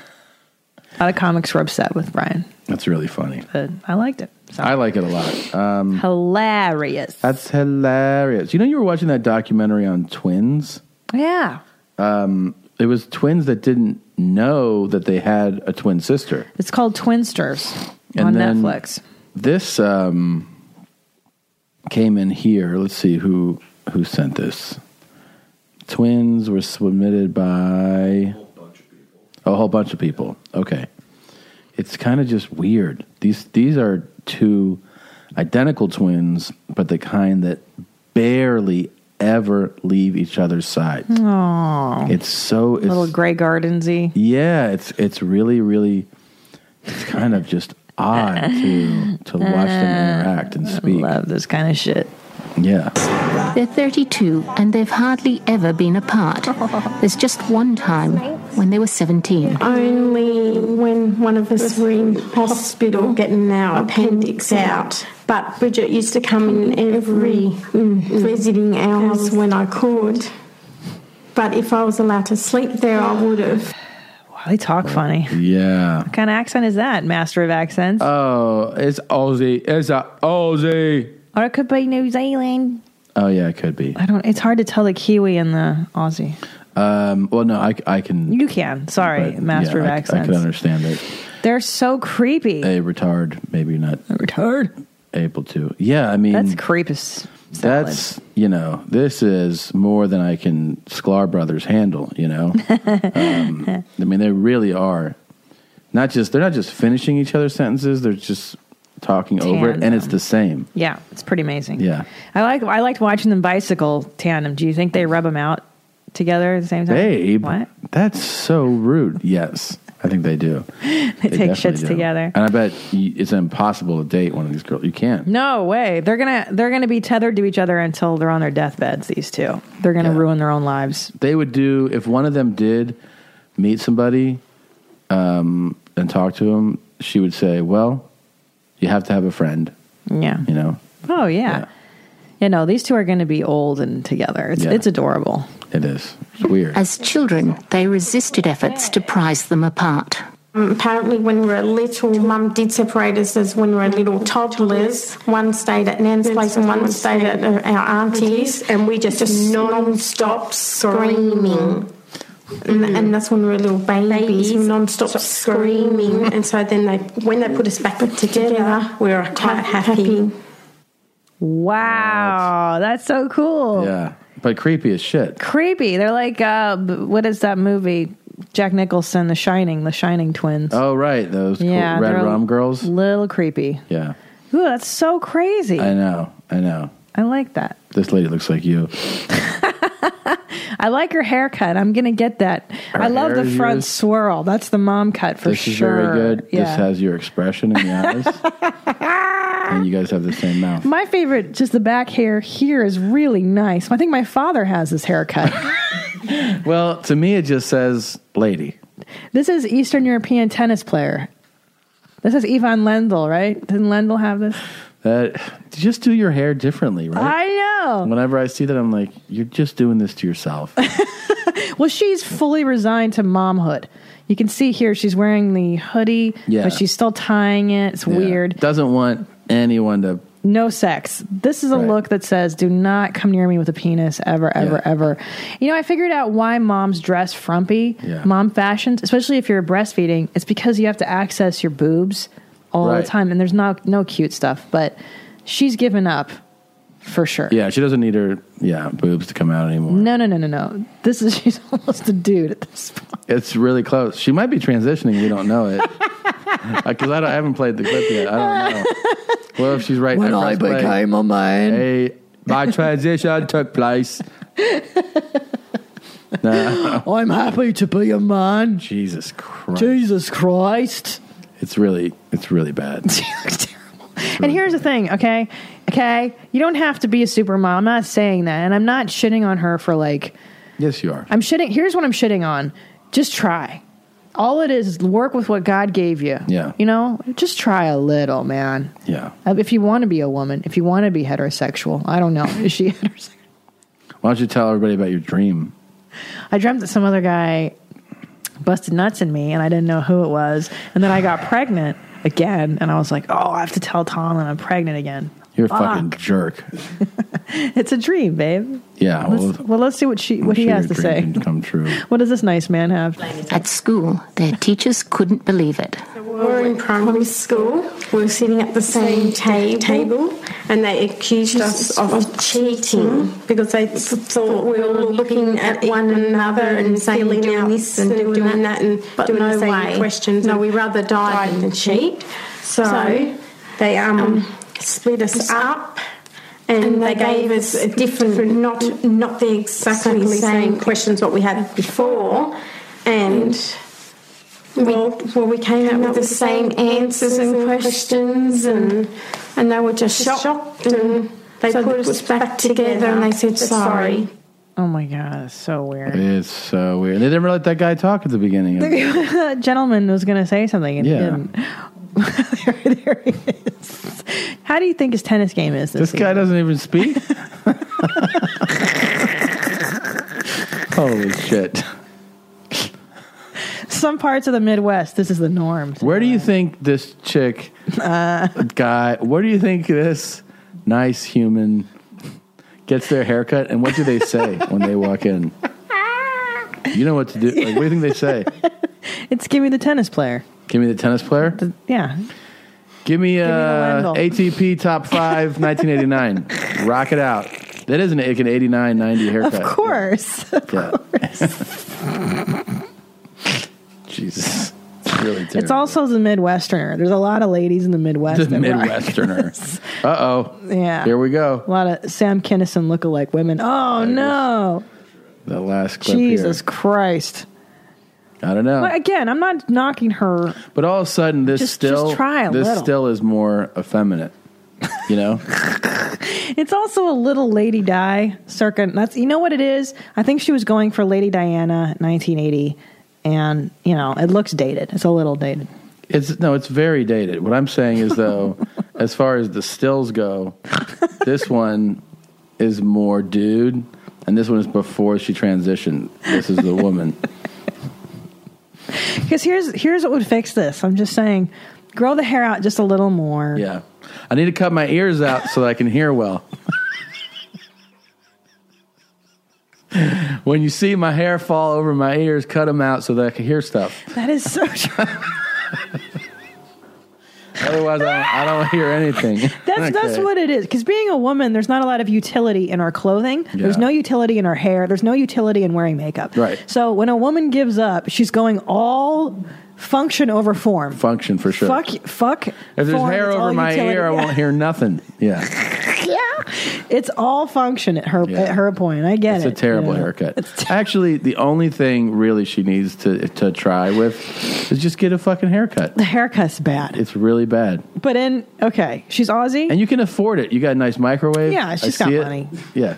B: lot of comics were upset with Brian,
A: That's really funny.
B: but I liked it.
A: I like it a lot. Um,
B: Hilarious.
A: that's hilarious. You know, you were watching that documentary on twins.
B: Yeah,
A: Um, it was twins that didn't know that they had a twin sister.
B: it's called Twinsters on
A: then
B: Netflix.
A: This um, came in here. Let's see who who sent this. Twins were submitted by a whole bunch of people. Okay, it's kind of just weird. These these are two identical twins, but the kind that barely ever leave each other's side.
B: Oh,
A: It's so it's,
B: little gray gardensy.
A: yeah, it's it's really really it's kind of just odd to to watch them interact and speak.
B: Uh, love this kind of shit.
A: Yeah.
L: They're 32 and they've hardly ever been apart. There's just one time when they were 17.
M: Only when one of us were in hospital getting our appendix out. But Bridget used to come in every visiting hours when I could. But if I was allowed to sleep there, I would have.
B: Wow, they talk funny.
A: Yeah.
B: What kind of accent is that, master of accents?
A: Oh, it's Aussie. It's a Aussie.
B: or it could be New Zealand.
A: Oh yeah, it could be.
B: I don't. It's hard to tell the Kiwi and the Aussie.
A: Um, well, no, I, I can.
B: You can. Sorry,
A: but,
B: master
A: yeah,
B: of
A: I- I
B: accents.
A: can understand it.
B: They're so creepy.
A: A retard, maybe not. A
B: retard.
A: Able to. Yeah, I mean.
B: That's creepus.
A: That's, you know, this is more than I can Sklar Brothers handle, you know? um, I mean, they really are. Not just, they're not just finishing each other's sentences, they're just talking over it, and it's the same.
B: Yeah, it's pretty amazing.
A: Yeah.
B: I like. I liked watching them bicycle tandem. Do you think they rub them out together at the same time?
A: Babe,
B: what?
A: that's so rude. Yes, I think they do.
B: They,
A: They
B: take
A: definitely
B: shits
A: do.
B: together.
A: And I bet y- it's impossible to date one of these girls. You can't.
B: No way. They're gonna they're gonna be tethered to each other until they're on their deathbeds. These two. They're gonna ruin their own lives.
A: They would do if one of them did meet somebody um, and talk to him. She would say, "Well, you have to have a friend."
B: Yeah.
A: You know,
B: Oh yeah. You know these two are gonna be old and together. It's
L: Yeah.
B: it's adorable.
A: it is. It's weird.
L: As children, they resisted efforts to prise them apart.
M: Um, apparently, when we were little, Mum did separate us as when we were little toddlers. One stayed at Nan's place and one stayed at her- our auntie's, and we just just non-stop screaming. And, and that's when we were little babies, non-stop screaming. and so then they, when they put us back together, we were quite happy.
B: Wow, Oh, that's so cool.
A: Yeah, but creepy as shit.
B: Creepy. They're like uh, b- what is that movie? Jack Nicholson, The Shining, The Shining twins.
A: Oh right, those cool
B: Yeah,
A: red
B: they're a
A: rum girls.
B: Little creepy.
A: Yeah,
B: Ooh, that's so crazy.
A: I know. I know.
B: I like that.
A: This lady looks like you.
B: I like her haircut. I'm gonna get that.
A: Her
B: I love the
A: hair is
B: front
A: yours.
B: swirl. That's the mom cut for
A: this
B: sure.
A: is very good.
B: Yeah.
A: This has your expression in the eyes, and you guys have the same mouth.
B: my favorite, just the back hair here is really nice. I think my father has this haircut.
A: Well, to me, it just says lady.
B: this is Eastern European tennis player. This is Ivan Lendl, right? Didn't Lendl have this?
A: That just do your hair differently, right?
B: I know.
A: Whenever I see that, I'm like, you're just doing this to yourself.
B: Well, she's fully resigned to momhood. You can see here she's wearing the hoodie,
A: Yeah.
B: but she's still tying it. It's
A: Yeah.
B: weird.
A: Doesn't want anyone to.
B: No sex. This is a
A: Right.
B: look that says, do not come near me with a penis ever, ever, ever. You know, I figured out why moms dress frumpy,
A: Yeah.
B: mom fashions, especially if you're breastfeeding. It's because you have to access your boobs all
A: Right.
B: the time, and there's no, no cute stuff. But she's given up for sure.
A: Yeah, she doesn't need her yeah boobs to come out anymore.
B: No, no, no, no, no. This is, she's almost a dude at this point.
A: It's really close. She might be transitioning. We don't know it because I, don't- I haven't played the clip yet. I don't know. Well, if she's right.
B: When I became
A: a man, hey, my transition took place. No.
B: I'm happy to be a man.
A: Jesus Christ!
B: Jesus Christ!
A: It's really, it's really bad.
B: And here's the thing, okay? Okay? You don't have to be a super mom. I'm not saying that. And I'm not shitting on her for like,
A: yes, you are.
B: I'm shitting. Here's what I'm shitting on. Just try. All it is is work with what God gave you.
A: Yeah.
B: You know, just try a little, man.
A: Yeah.
B: Uh, If you want to be a woman, if you want to be heterosexual, I don't know. Is she heterosexual?
A: Why don't you tell everybody about your dream?
B: I dreamt that some other guy busted nuts in me and I didn't know who it was. And then I got pregnant again and I was like, oh, I have to tell Tom that I'm pregnant again.
A: You're a
B: Fuck.
A: fucking jerk.
B: It's a dream, babe.
A: Yeah.
B: Let's, well, let's see what she
A: I'm
B: what he
A: sure
B: has
A: your
B: to
A: dream
B: say.
A: can come true.
B: What does this nice man have?
L: At school, their teachers couldn't believe it.
M: We were in primary school. We were sitting at the same ta- table, and they accused us of cheating because they th- thought we were looking at one another and saying doing this and doing that and
N: but
M: doing
N: no
M: the same
N: way.
M: questions. No, we rather die than cheat. So they um, split us um, up and, they, gave us a different, not not the exactly,
N: exactly
M: same
N: same
M: questions what we had before, and. Well, well, we came out with the same answers and questions, and and they were just shocked, and they
N: So
M: put us back together, and they said sorry.
B: Oh my god, it's so weird.
A: It's so weird. They didn't let that guy talk at the beginning. Of it.
B: The gentleman was going to say something and he
A: Yeah.
B: didn't. there he is. How do you think his tennis game is this,
A: This guy doesn't even speak. Holy shit.
B: season? Some parts of the Midwest, this is the norm.
A: Where do you think this chick guy? Where do you think this nice human gets their haircut? And what do they say when they walk in? You know what to do. Like, what do you think they say?
B: It's give me the tennis player.
A: Give me the tennis player.
B: Yeah.
A: Give me, uh,
B: Wendell.
A: ATP top five, 1989. Rock it out. That is an, like an 89, 90 haircut.
B: Of course.
A: Yeah. Jesus. It's really terrible.
B: It's also the Midwesterner. There's a lot of ladies in the Midwest.
A: the
B: that rock.
A: Midwesterner. Uh oh.
B: Yeah.
A: Here we go.
B: A lot of Sam Kinison lookalike women. Oh no.
A: The last clip.
B: Jesus
A: Here. Oh.
B: Christ.
A: I don't know.
B: But again, I'm not knocking her.
A: But all of a sudden, this
B: Just- just
A: still
B: try a
A: this
B: little.
A: still is more effeminate. You know,
B: It's also a little Lady Di circa. That's you know what it is. I think she was going for Lady Diana, 1980, and you know it looks dated. It's a little dated.
A: it's no, it's very dated. What I'm saying is though, as far as the stills go, this one is more dude, and this one is before she transitioned. This is the woman.
B: Because here's here's what would fix this. I'm just saying, grow the hair out just a little more.
A: Yeah, I need to cut my ears out so that I can hear well. when you see my hair fall over my ears, cut them out so that I can hear stuff.
B: That is so true.
A: Otherwise, I don't, I don't hear anything.
B: That's that's
A: Okay.
B: what it is. Because being a woman, there's not a lot of utility in our clothing. There's
A: Yeah.
B: no utility in our hair. There's no utility in wearing makeup.
A: Right.
B: So when a woman gives up, she's going all function over form.
A: function for sure.
B: Fuck, fuck.
A: If there's
B: form,
A: hair
B: it's all
A: over my
B: utility.
A: ear, I
B: Yeah.
A: won't hear nothing. Yeah,
B: yeah, it's all function at her at her point. I get
A: it's
B: it.
A: a terrible
B: Yeah.
A: haircut. Actually, the only thing really she needs to to try with is just get a fucking haircut.
B: The haircut's bad,
A: It's really bad,
B: but in okay, she's Aussie,
A: and you can afford it. You got a nice microwave.
B: Yeah,
A: I
B: she's got
A: see it.
B: money.
A: Yeah,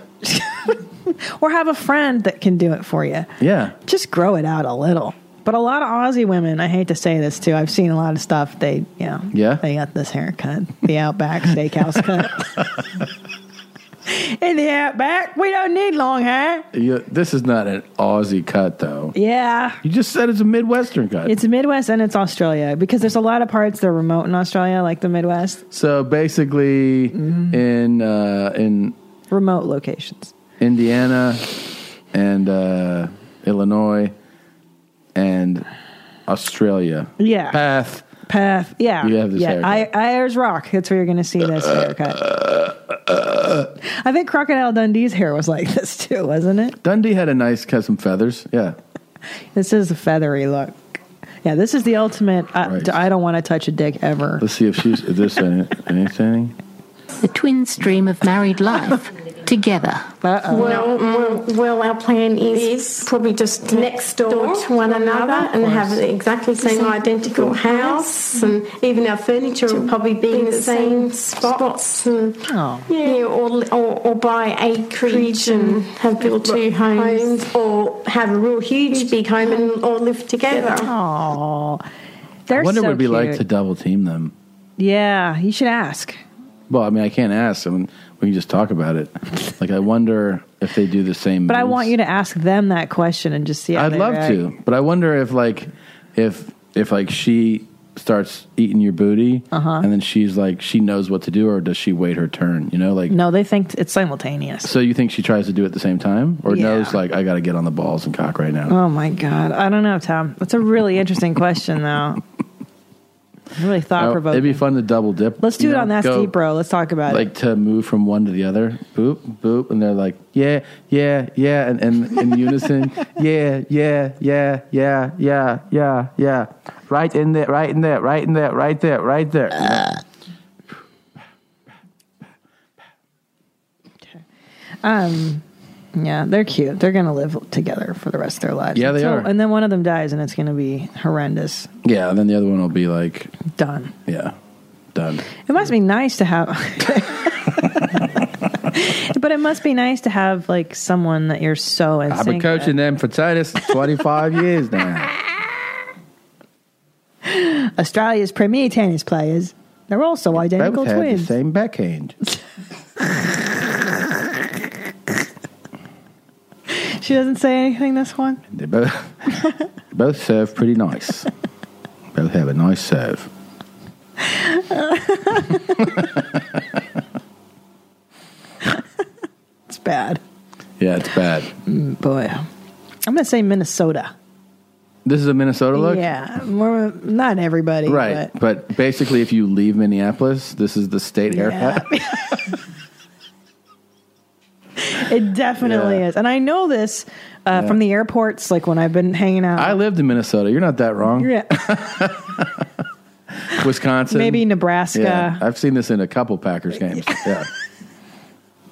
B: or have a friend that can do it for you.
A: yeah.
B: Just grow it out a little. But a lot of Aussie women, I hate to say this too. I've seen a lot of stuff. They, you know,
A: Yeah?
B: they got this haircut, the Outback Steakhouse cut. In the Outback, we don't need long hair.
A: You, this is not an Aussie cut though.
B: Yeah,
A: You just said it's a Midwestern cut.
B: it's Midwest and it's Australia because there's a lot of parts that are remote in Australia, like the Midwest.
A: so basically, in uh, in
B: Mm-hmm. remote locations.
A: Indiana and uh, Illinois and Australia.
B: Yeah.
A: Path.
B: Path. Yeah.
A: You have this
B: yeah. I, Ayers Rock. That's where you're going to see this haircut.
A: Uh,
B: I think Crocodile Dundee's hair was like this too, wasn't it?
A: Dundee had a nice cut, some feathers. Yeah.
B: This is a feathery look. Yeah, this is the ultimate. I, I don't want to touch a dick ever.
A: Let's see if she's is this any- anything.
L: The twin stream of married life together.
M: Well, well, well, our plan Um, is, probably just next door, to one another and have the exactly same identical house, and even our furniture will probably be in the same spots. And,
O: Oh.
M: Yeah, or, or, or buy acreage and have built two homes, or have a real huge big home and all live together.
B: Oh, they're
A: I wonder
B: so
A: what it'd be like
B: cute.
A: to double team them.
B: Yeah, you should ask.
A: Well, I mean, I can't ask. I mean, we can just talk about it. Like, I wonder if they do the same.
B: But I
A: moves.
B: want you to ask them that question and just see. How
A: I'd
B: they
A: love
B: react.
A: to, but I wonder if like if if like she starts eating your booty,
B: Uh-huh.
A: and then she's like she knows what to do, or does she wait her turn? You know, like
B: No, they think it's simultaneous.
A: So you think she tries to do it at the same time, or
B: Yeah.
A: knows like I got to get on the balls and cock right now?
B: Oh my god, I don't know, Tom. That's a really interesting question, though. Really
A: Oh,
B: thought provoking.
A: it'd be fun to double dip.
B: Let's do
A: you
B: it
A: know,
B: on that
A: go,
B: deep, bro. Let's talk about it.
A: Like to move from one to the other, boop boop, and they're like, yeah, yeah, yeah, and and in unison, yeah, yeah, yeah, yeah, yeah, yeah, yeah, right in there, right in there, right in there, right there, right there.
B: Um, yeah, they're cute. They're gonna live together for the rest of their lives.
A: Yeah, they
B: Until-
A: are.
B: And then one of them dies, and it's gonna be horrendous.
A: Yeah, and then the other one will be like
B: done.
A: Yeah, done.
B: It must be nice to have. but it must be nice to have like someone that you're so. In
A: I've been
B: sync with.
A: coaching them for Titus twenty five years now.
B: Australia's premier tennis players. They're also identical
A: Both have the
B: twins.
A: same backhand.
B: She doesn't say anything this one.
A: They both both serve pretty nice. both have a nice serve.
B: it's bad.
A: Yeah, it's bad.
B: Mm, boy, I'm gonna say Minnesota.
A: This is a Minnesota look.
B: Yeah, more, not everybody.
A: Right, but, basically, if you leave Minneapolis, this is the state haircut.
B: but it definitely
A: Yeah.
B: is, and I know this uh,
A: Yeah.
B: from the airports. Like when I've been hanging out.
A: I lived in Minnesota. You're not that wrong.
B: Yeah,
A: Wisconsin,
B: maybe Nebraska.
A: Yeah, I've seen this in a couple Packers games. Yeah.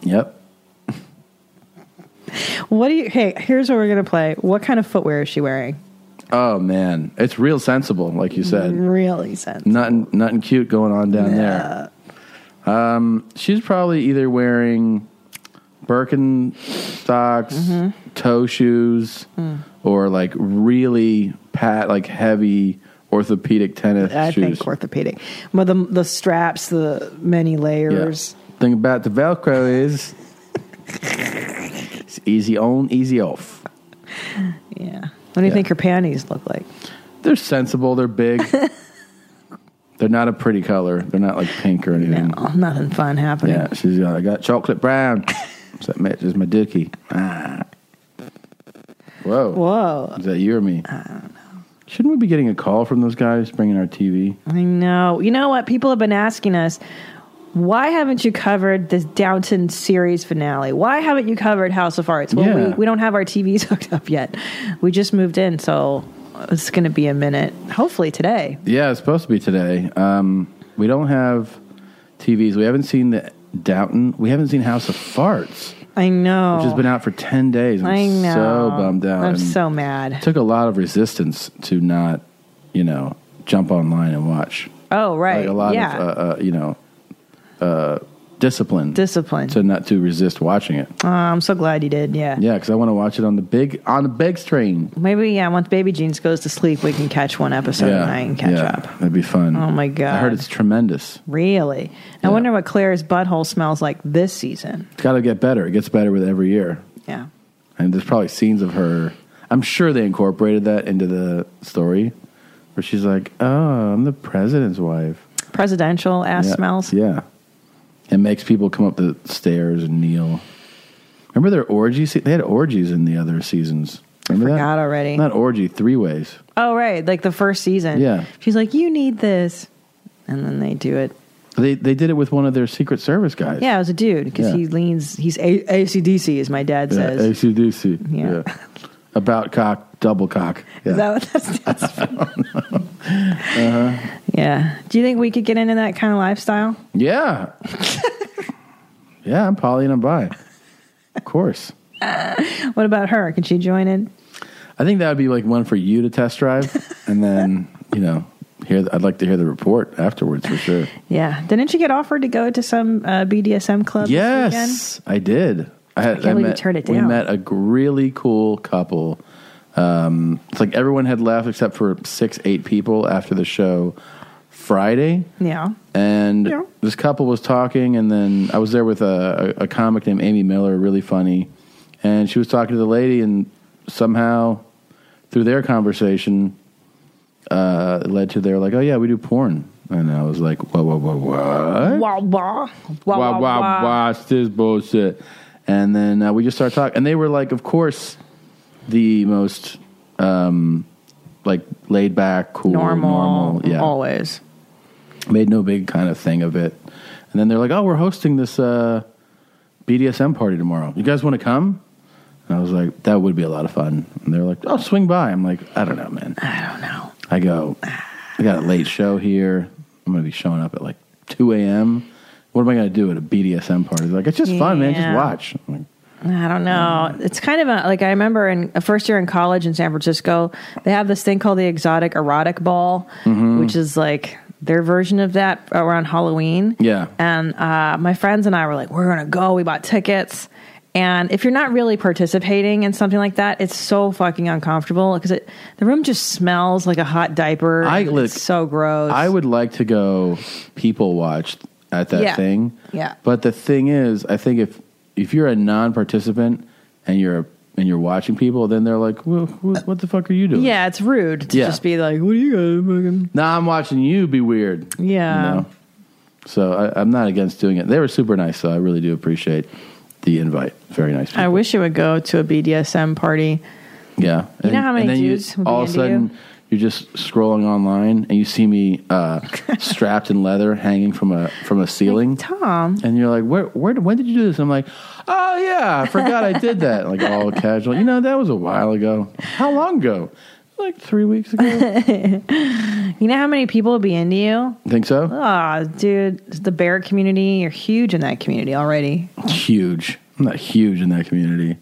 A: yep.
B: What do you? Hey, here's what we're gonna play. What kind of footwear is she wearing?
A: Oh man, it's real sensible, like you said.
B: Really sensible.
A: Nothing, nothing cute going on down there. Um, she's probably either wearing Birkenstocks,
B: Mm-hmm.
A: toe shoes,
B: Hmm.
A: or like really pat, like heavy orthopedic tennis
B: I
A: shoes.
B: think orthopedic. Well, the the straps, the many layers.
A: Thing about the Velcro is it's easy on, easy off.
B: Yeah. What do you
A: Yeah.
B: think her panties look like?
A: They're sensible. They're big. They're not a pretty color. They're not like pink or anything.
B: No, nothing fun happening.
A: Yeah, she's got, I got chocolate brown. so that matches my dookie. Ah. Whoa.
B: Whoa.
A: Is that you or me? I don't know. Shouldn't we be getting a call from those guys bringing our TV?
B: I know. You know what? People have been asking us, why haven't you covered this Downton series finale? Why haven't you covered House of Arts? Well, we,
A: Yeah.
B: we don't have our TVs hooked up yet. We just moved in, so it's going to be a minute. Hopefully today.
A: Yeah, it's supposed to be today. Um, we don't have TVs. We haven't seen the Downton. We haven't seen House of Farts,
B: I know.
A: which has been out for 10 days. I'm
B: Oh. I know.
A: so bummed out.
B: I'm
A: And
B: so mad.
A: It took a lot of resistance to not, you know, jump online and watch.
B: Oh, right.
A: Like a lot
B: yeah.
A: of, uh, uh, you know, uh, discipline.
B: Discipline.
A: To not to resist watching it.
B: Oh, I'm so glad you did. Yeah.
A: Yeah, because I want to watch it on the big on the big screen.
B: Maybe, yeah, once Baby Jeans goes to sleep, we can catch one episode
A: yeah,
B: and I can catch
A: yeah,
B: up.
A: That'd be fun.
B: Oh, my
A: I heard
B: God.
A: it's tremendous.
B: Really? I wonder what Claire's butthole smells like this season.
A: It's got to get better. It gets better with every year.
B: Yeah.
A: And there's probably scenes of her. I'm sure they incorporated that into the story, where she's like, "Oh, I'm the president's wife."
B: Presidential ass
A: yeah.
B: smells.
A: Yeah. It makes people come up the stairs and kneel. Remember their orgy? Se- they had orgies in the other seasons. Remember I forgot
B: already.
A: Not orgy, three ways.
B: Oh, right. Like the first season.
A: Yeah.
B: She's like, you need this. And then they do it.
A: They they did it with one of their Secret Service guys.
B: Yeah, it was a dude because
A: Yeah.
B: he leans, he's a- ACDC, as my dad
A: Yeah,
B: says.
A: ACDC.
B: Yeah.
A: About cock, double cock. Yeah.
B: Is that what that stands for?
A: uh-huh.
B: yeah. Do you think we could get into that kind of lifestyle?
A: Yeah. yeah, I'm poly and I'm bi. Of course.
B: What about her? Can she join in?
A: I think that would be like one for you to test drive, and then you know, hear. I'd like to hear the report afterwards for sure.
B: Yeah. Didn't she get offered to go to some uh, BDSM club? This weekend?
A: yes, I did. I, had,
B: can't believe you
A: met,
B: turned it
A: We
B: down.
A: met a g- really cool couple. Um, it's like everyone had left except for six, eight people after the show Friday.
B: Yeah.
A: And
B: Yeah.
A: this couple was talking, and then I was there with a, a, a comic named Amy Miller, really funny. And she was talking to the lady, and somehow through their conversation, uh, it led to their like, oh yeah, we do porn. And I was like, whoa, whoa, whoa, what?
B: Wah, wah. Wah,
A: wow,
B: wah,
A: wow,
B: wah.
A: wow, it's this bullshit. And then uh, we just started talking, and they were like, of course, the most um, like laid back, cool,
B: Normal,
A: yeah,
B: always
A: made no big kind of thing of it. And then they're like, oh, we're hosting this uh, BDSM party tomorrow. You guys want to come? And I was like, that would be a lot of fun. And they're like, oh, swing by. I'm like, I don't know, man. I don't know. I go, I got a late show here. I'm going to be showing up at like 2 a.m. What am I going to do at a BDSM party? They're like, it's just fun, man. Just
B: Yeah.
A: watch. I'm like,
B: I don't know. It's kind of a, like I remember in a first year in college in San Francisco, they have this thing called the exotic erotic ball,
A: Mhm.
B: which is like their version of that around Halloween.
A: Yeah.
B: And uh, my friends and I were like, we're going to go. We bought tickets. And if you're not really participating in something like that, it's so fucking uncomfortable because it the room just smells like a hot diaper.
A: I-
B: and
A: look,
B: it's so gross.
A: I would like to go people watch at that
B: Yeah.
A: thing.
B: Yeah.
A: But the thing is, I think if if you're a non-participant and you're and you're watching people, then they're like, well, what, "What the fuck are you doing?"
B: Yeah, it's rude to
A: Yeah.
B: just be like, what are you going to
A: No, I'm watching you be weird.
B: fucking. Yeah.
A: You know? So I, I'm not against doing it. They were super nice, so I really do appreciate the invite. Very nice.
B: I wish it would go to a BDSM party.
A: Yeah.
B: You know how many
A: then
B: dudes would be
A: all of a
B: into
A: sudden, you? are just scrolling online and you see me uh, strapped in leather hanging from a from a ceiling.
B: Tom.
A: And you're like, where, where, when did you do this? I'm like, oh yeah, I forgot I did that. Like all casual. You know, that was a while ago. How long ago? Like three weeks ago.
B: You know how many people would be into you?
A: Think so?
B: Oh, dude, the bear community, you're huge in that community already.
A: Huge. I'm not huge in that community.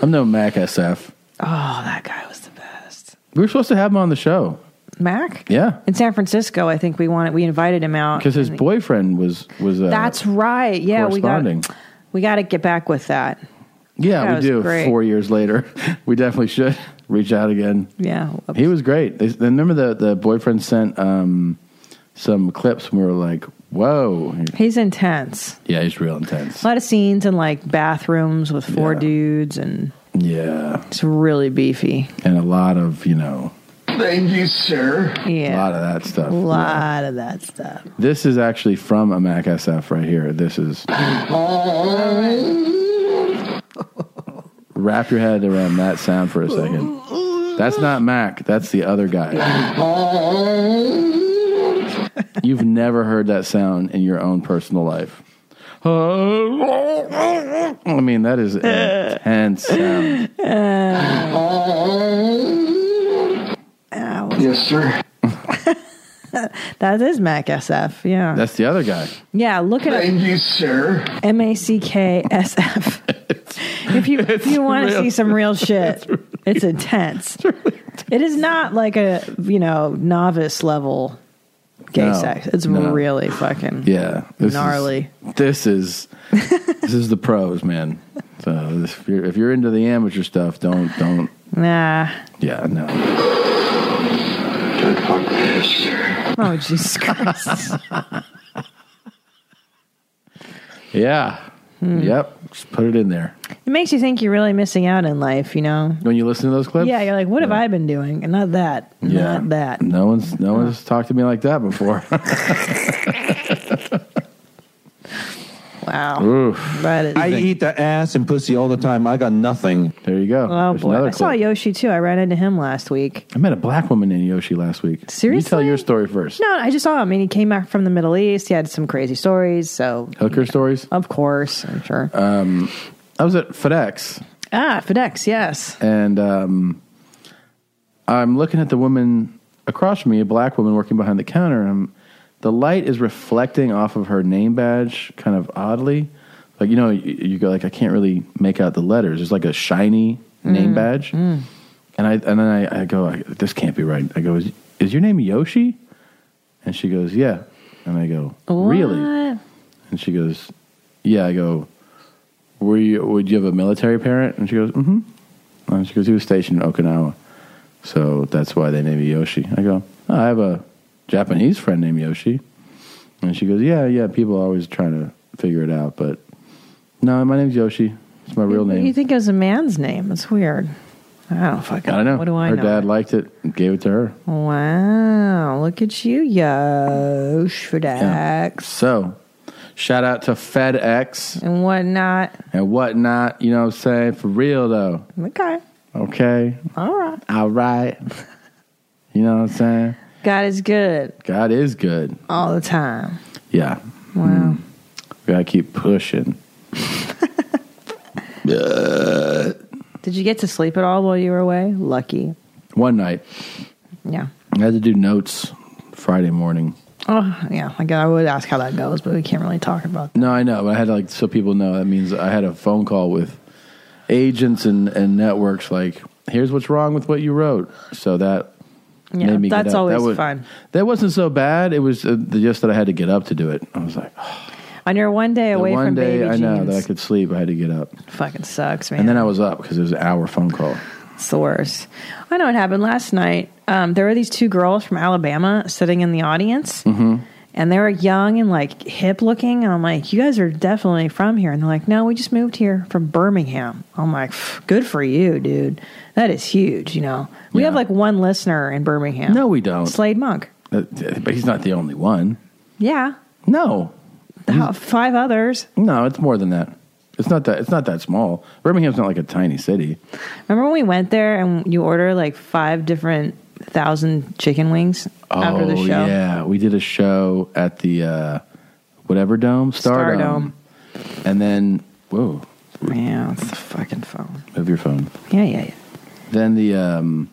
A: I'm no Mac SF.
B: Oh, that guy was the best.
A: We were supposed to have him on the show.
B: Mac?
A: Yeah,
B: In San Francisco, I think we wanted we invited him out.
A: because his boyfriend was was uh,
B: Uh, That's right. Yeah, we got
A: corresponding.
B: we got to get back with that. That
A: yeah, we
B: was
A: do.
B: great.
A: Four years later, we definitely should reach out again.
B: Yeah.
A: He was great. They, they- remember the the boyfriend sent um, some clips, and we were like, "Whoa,
B: He's intense.
A: yeah, he's real intense."
B: A lot of scenes in like bathrooms with four dudes and
A: Yeah,
B: it's really beefy.
A: And a lot of you know,
F: Thank you, sir.
A: a
B: yeah.
A: lot of that
B: A
A: stuff.
B: lot of that stuff.
A: This is actually from a Mac SF right here. This is wrap your head around that sound for a second. That's not Mac. That's the other guy. You've never heard that sound in your own personal life. I mean, that is an intense sound.
F: Yes, sir.
B: That is Mac SF. Yeah.
A: That's the other guy.
B: Yeah, look at
F: Thank you, sir.
B: M A C K S F. If you if you want to
F: real.
B: see some real shit, it's intense. It is not like a you know novice level gay
A: No,
B: sex. It's
A: no.
B: really fucking
A: Yeah, this is-
B: gnarly.
A: this is this is the pros, man. So this, if you're if you're into the amateur stuff, don't don't.
B: Nah.
A: Yeah, no.
B: Oh Jesus Christ.
A: Yeah.
B: Hmm.
A: Yep. Just put it in there
B: it makes you think you're really missing out in life. You know.
A: when you listen to those clips.
B: yeah, you're like, what have I been doing? And not that.
A: Yeah.
B: Not that.
A: No one's no one's talked to me like that before.
B: wow. That is-
N: I eat the ass and pussy all the time. I got nothing.
A: There you go.
B: Oh boy. I saw Yoshi too. I ran into him last week.
A: I met a black woman in Yoshi last week. Seriously? You tell your story first.
B: No, I just saw him and he came back from the Middle East. He had some crazy stories. So
A: Hooker stories?
B: Of course, I'm sure.
A: Um, I was at FedEx
B: Ah, FedEx, yes.
A: and um, I'm looking at the woman across from me, a black woman working behind the counter. And I'm- the light is reflecting off of her name badge kind of oddly. Like, you know, you, you go like, I can't really make out the letters. There's like a shiny name
B: Mm,
A: badge. And I and then I, I go, I, this can't be right. I go, is, is your name Yoshi? And she goes, yeah. And I go, really? And she goes, yeah. I go, were you? Would you have a military parent? And she goes, mm-hmm. And she goes, he was stationed in Okinawa, so that's why they named you Yoshi. I go, "Oh, I have a Japanese friend named Yoshi, and she goes, yeah, yeah. People are always trying to figure it out, but no, my name's Yoshi. It's my real name.
B: You think it was a man's name? It's weird. I don't
A: I
B: fucking
A: don't know.
B: What do I
A: Her
B: know?
A: dad liked it, and gave it to her.
B: Wow, look at you, Yosh FedEx
A: So, shout out to FedEx
B: and whatnot.
A: and whatnot. You know what I'm saying? For real though.
B: Okay.
A: Okay.
B: All right.
A: All right. You know what I'm saying?
B: God is good
A: God is good.
B: all the time.
A: Yeah. Hmm.
B: Wow.
A: We gotta keep pushing. Uh,
B: Did you get to sleep at all while you were away? Lucky.
A: One night,
B: Yeah.
A: I had to do notes Friday morning.
B: Oh, yeah. I guess I would ask how that goes, but we can't really talk about
A: No, I know, but I had to, like so people know that means I had a phone call with agents and, and networks like, here's what's wrong with what you wrote. So that
B: Yeah,
A: made me get
B: that's
A: up.
B: always
A: that was,
B: fun.
A: That wasn't so bad. It was uh, the- just that I had to get up to do it. I was like,
B: On your one day
A: the
B: away
A: one
B: from
A: day
B: baby
A: I
B: jeans.
A: know that I could sleep, I had to get up.
B: Fucking sucks, man.
A: And then I was up because it was an hour phone call.
B: It's the worst. I know what happened last night. Um, there were these two girls from Alabama sitting in the audience,
A: hmm
B: and they were young and like hip looking. And I'm like, you guys are definitely from here. And they're like, no, we just moved here from Birmingham. I'm like, "Pff, good for you, dude. That is huge. You know, we have like one listener in Birmingham.
A: No, we don't.
B: Slade Monk.
A: Uh, But he's not the only one.
B: Yeah.
A: No.
B: How- Five others.
A: No, it's more than that. It's not that. It's not that small. Birmingham's not like a tiny city.
B: Remember when we went there and you order like five different thousand chicken wings after the
A: Oh,
B: show?
A: yeah, we did a show at the uh, whatever dome, Stardome, and then whoa,
B: yeah, it's the fucking phone.
A: Move your phone.
B: Yeah, yeah, yeah.
A: Then the um,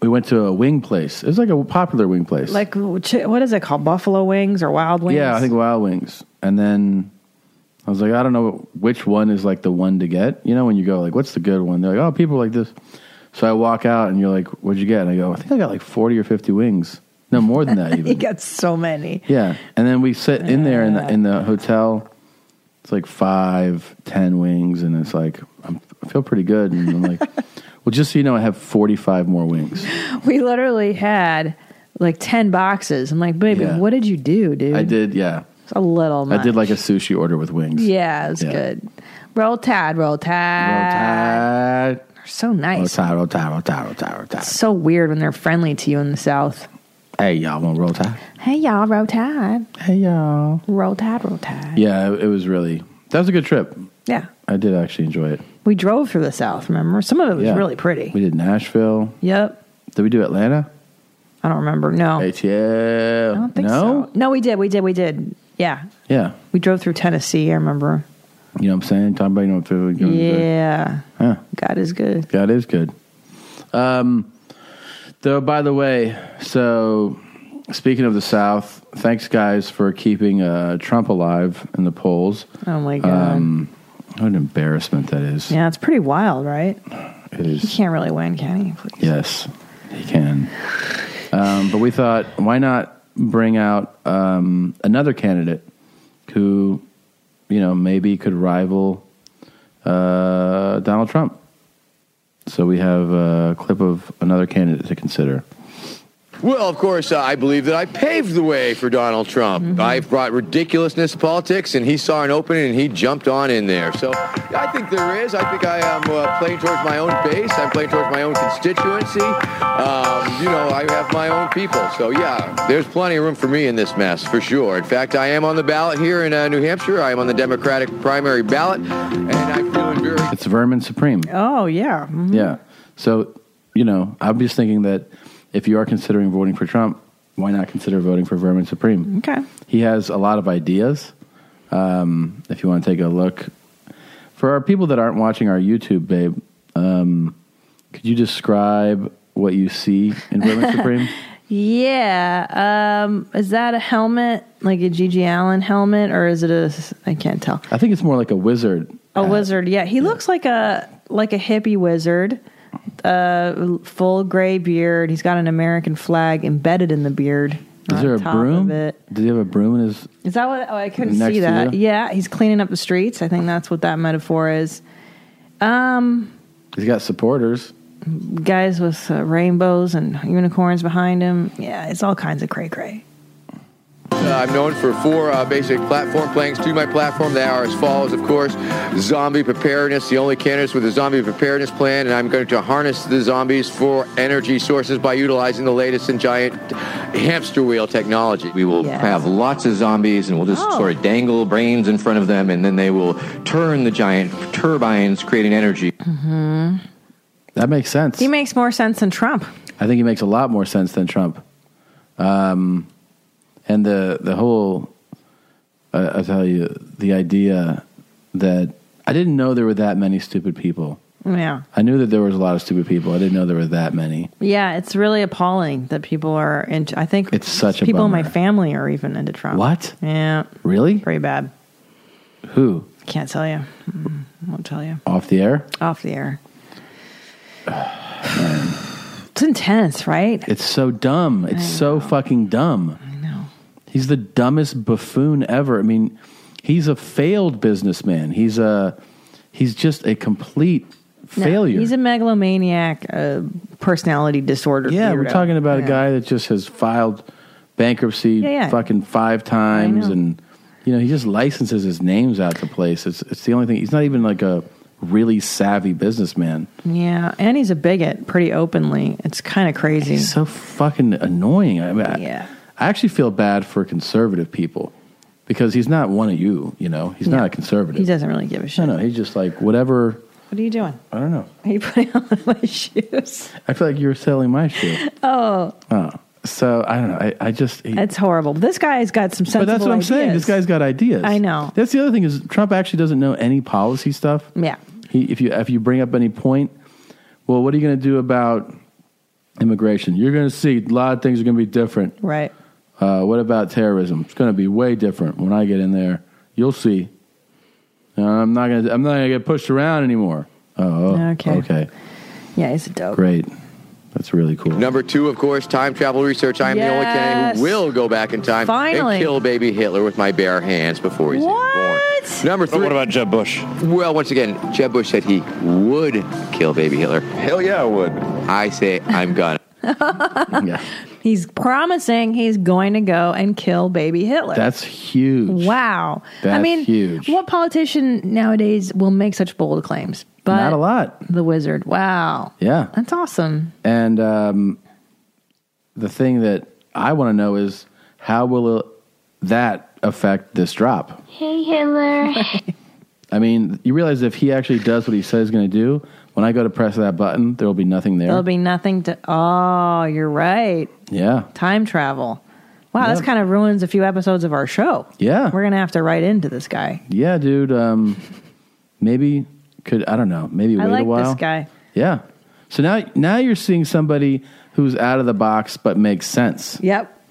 A: we went to a wing place. It was like a popular wing place.
B: Like chi- what is it called? Buffalo wings or wild wings?
A: Yeah, I think Wild Wings. And then I was like, I don't know which one is like the one to get. You know, when you go like, what's the good one? They're like, oh, people like this. So I walk out and you're like, what'd you get? And I go, I think I got like 40 or 50 wings. No, more than that
B: he
A: even.
B: got so many.
A: yeah. And then we sit in there in the, in the hotel. It's like five, ten wings. And it's like, I'm, I feel pretty good. And I'm like, well, just so you know, I have 45 more wings.
B: We literally had like ten boxes. I'm like, baby,
A: Yeah.
B: what did you do, dude?
A: I did, yeah.
B: It's a little. Much.
A: I did like a sushi order with wings.
B: Yeah, it's
A: Yeah.
B: good. Roll tide, roll tide.
A: Tide.
B: They're so nice.
A: Roll tide, roll tide, roll tide, roll tide, roll tide.
B: It's so weird when they're friendly to you in the South.
A: Hey, y'all want roll tide?
B: Hey y'all, roll tide.
A: Hey y'all,
B: roll tide, roll tide.
A: Yeah, it, it was really. That was a good trip.
B: Yeah,
A: I did actually enjoy it.
B: we drove through the South. Remember, some of it was
A: Yeah.
B: really pretty.
A: We did Nashville.
B: Yep.
A: Did we do Atlanta?
B: I don't remember. No.
A: ATL.
B: I don't think
A: no?
B: so. No, we did, we did, we did. Yeah,
A: Yeah.
B: we drove through Tennessee. I remember.
A: You know what I'm saying? Talking about you know what food. you know what I'm saying?
B: Yeah.
A: Huh.
B: God is good.
A: God is good. Um, though, by the way, so speaking of the South, thanks guys for keeping uh, Trump alive in the polls.
B: Oh my god.
A: Um, what an embarrassment that is.
B: yeah, it's pretty wild, right?
A: It is.
B: He can't really win, can he?
A: Yes, he can. Um, but we thought, why not bring out um, another candidate who, you know, maybe could rival uh, Donald Trump? So we have a clip of another candidate to consider.
P: Well, of course, uh, I believe that I paved the way for Donald Trump. I've brought ridiculousness to politics, and he saw an opening and he jumped on in there. So I think there is. I think I am uh, playing towards my own base. I'm playing towards my own constituency. Um, you know, I have my own people. So yeah, there's plenty of room for me in this mess, for sure. In fact, I am on the ballot here in uh, New Hampshire. I am on the Democratic primary ballot, and I'm feeling very.
A: It's Vermin Supreme.
B: Oh yeah. Mhm.
A: Yeah. So, you know, I'm just thinking that if you are considering voting for Trump, why not consider voting for Vermin Supreme?
B: Mm, Okay.
A: He has a lot of ideas. Um, if you want to take a look, for our people that aren't watching our YouTube, babe, um, could you describe what you see in Vermin Supreme?
B: Yeah. Um, is that a helmet, like a Gigi Allen helmet, or is it a? I can't tell.
A: I think it's more like a wizard.
B: A wizard. Yeah, he looks like a like a hippie wizard. Uh, full gray beard. He's got an American flag embedded in the beard.
A: Is
B: on
A: there a
B: top of
A: broom?
B: it.
A: Does he have a broom in his?
B: Is that what? Oh, I couldn't
A: Next
B: see
A: to
B: that.
A: you?
B: Yeah, he's cleaning up the streets. I think that's what that metaphor is. Um,
A: He's got supporters.
B: guys with uh, rainbows and unicorns behind him. Yeah, it's all kinds of cray cray.
P: Uh, I'm known for four uh, basic platform planks to my platform. They are as follows, of course, zombie preparedness, the only candidate with a zombie preparedness plan, and I'm going to harness the zombies for energy sources by utilizing the latest in giant hamster wheel technology.
Q: We will have lots of zombies, and we'll just sort of dangle brains in front of them, and then they will turn the giant turbines, creating energy.
B: hmm
A: That makes sense.
B: He makes more sense than Trump.
A: I think he makes a lot more sense than Trump. Um, and the the whole, I, I tell you, the idea that I didn't know there were that many stupid people.
B: Yeah.
A: I knew that there was a lot of stupid people. I didn't know there were that many.
B: Yeah, it's really appalling that people are into. I think
A: It's such a
B: people in my
A: bummer.
B: family are even into Trump.
A: What?
B: Yeah,
A: Really?
B: Pretty bad.
A: Who? Oh.
B: Can't tell you. Mm, Won't tell you.
A: Off the air?
B: Off the air. it's intense, right?
A: It's so dumb. It's so fucking dumb. I know. He's the dumbest buffoon ever. I mean, he's a failed businessman. He's a he's just a complete
B: No,
A: failure.
B: he's a megalomaniac, uh, personality disorder.
A: yeah, we're
B: weirdo.
A: talking about
B: Yeah.
A: a guy that just has filed bankruptcy
B: Yeah, yeah.
A: fucking five times and you know, he just licenses his names out to place. It's it's the only thing. He's not even like a really savvy businessman.
B: Yeah, and he's a bigot pretty openly. It's kind of crazy.
A: He's so fucking annoying. I mean, I- I actually feel bad for conservative people because he's not one of you. You know, he's
B: Yeah.
A: not a conservative.
B: He doesn't really give a shit.
A: No, no, he's just like whatever.
B: What are you doing?
A: I don't know.
B: Are you putting on my shoes?
A: I feel like you were selling my shoe.
B: Oh,
A: Oh, so I don't know. I, I just. he-
B: it's horrible. This guy's got some sensible
A: but that's what I'm saying. This
B: ideas.
A: guy's got ideas.
B: I know.
A: That's the other thing is Trump actually doesn't know any policy stuff.
B: Yeah.
A: He, if you if you bring up any point, well, what are you going to do about immigration? You're going to see a lot of things are going to be different.
B: Right.
A: Uh, what about terrorism? It's going to be way different when I get in there. You'll see. Uh, I'm not going. to I'm not going to get pushed around anymore. Oh,
B: Okay.
A: okay. Okay,
B: Yeah, he's a dope.
A: great. That's really cool.
P: Number two, of course, time travel research. I'm the only candidate
B: Yes.
P: who will go back in time
B: Finally.
P: and kill baby Hitler with my bare hands before he's even born. Number three. what about Jeb Bush? Well, once again, Jeb Bush said he would kill baby Hitler. Hell yeah, I would. I say I'm gonna.
B: He's promising he's going to go and kill baby Hitler.
A: That's huge.
B: wow. I
A: That's
B: mean,
A: huge.
B: what politician nowadays will make such bold claims? But
A: Not a lot.
B: The Wizard. Wow.
A: Yeah.
B: That's awesome.
A: And um, the thing that I want to know is how will that affect this drop?
J: Hey, Hitler.
A: I mean, you realize if he actually does what he says he's going to do, when I go to press that button, there will be nothing there.
B: There'll be nothing to. Oh, you're right.
A: yeah.
B: Time travel. Wow, that's
A: Yeah.
B: kind of ruins a few episodes of our show.
A: Yeah.
B: We're going to have to write into this guy.
A: Yeah, dude. Um, maybe could I don't know. Maybe
B: I
A: wait a
B: like
A: while.
B: this guy.
A: Yeah. So now now you're seeing somebody who's out of the box but makes sense.
B: Yep.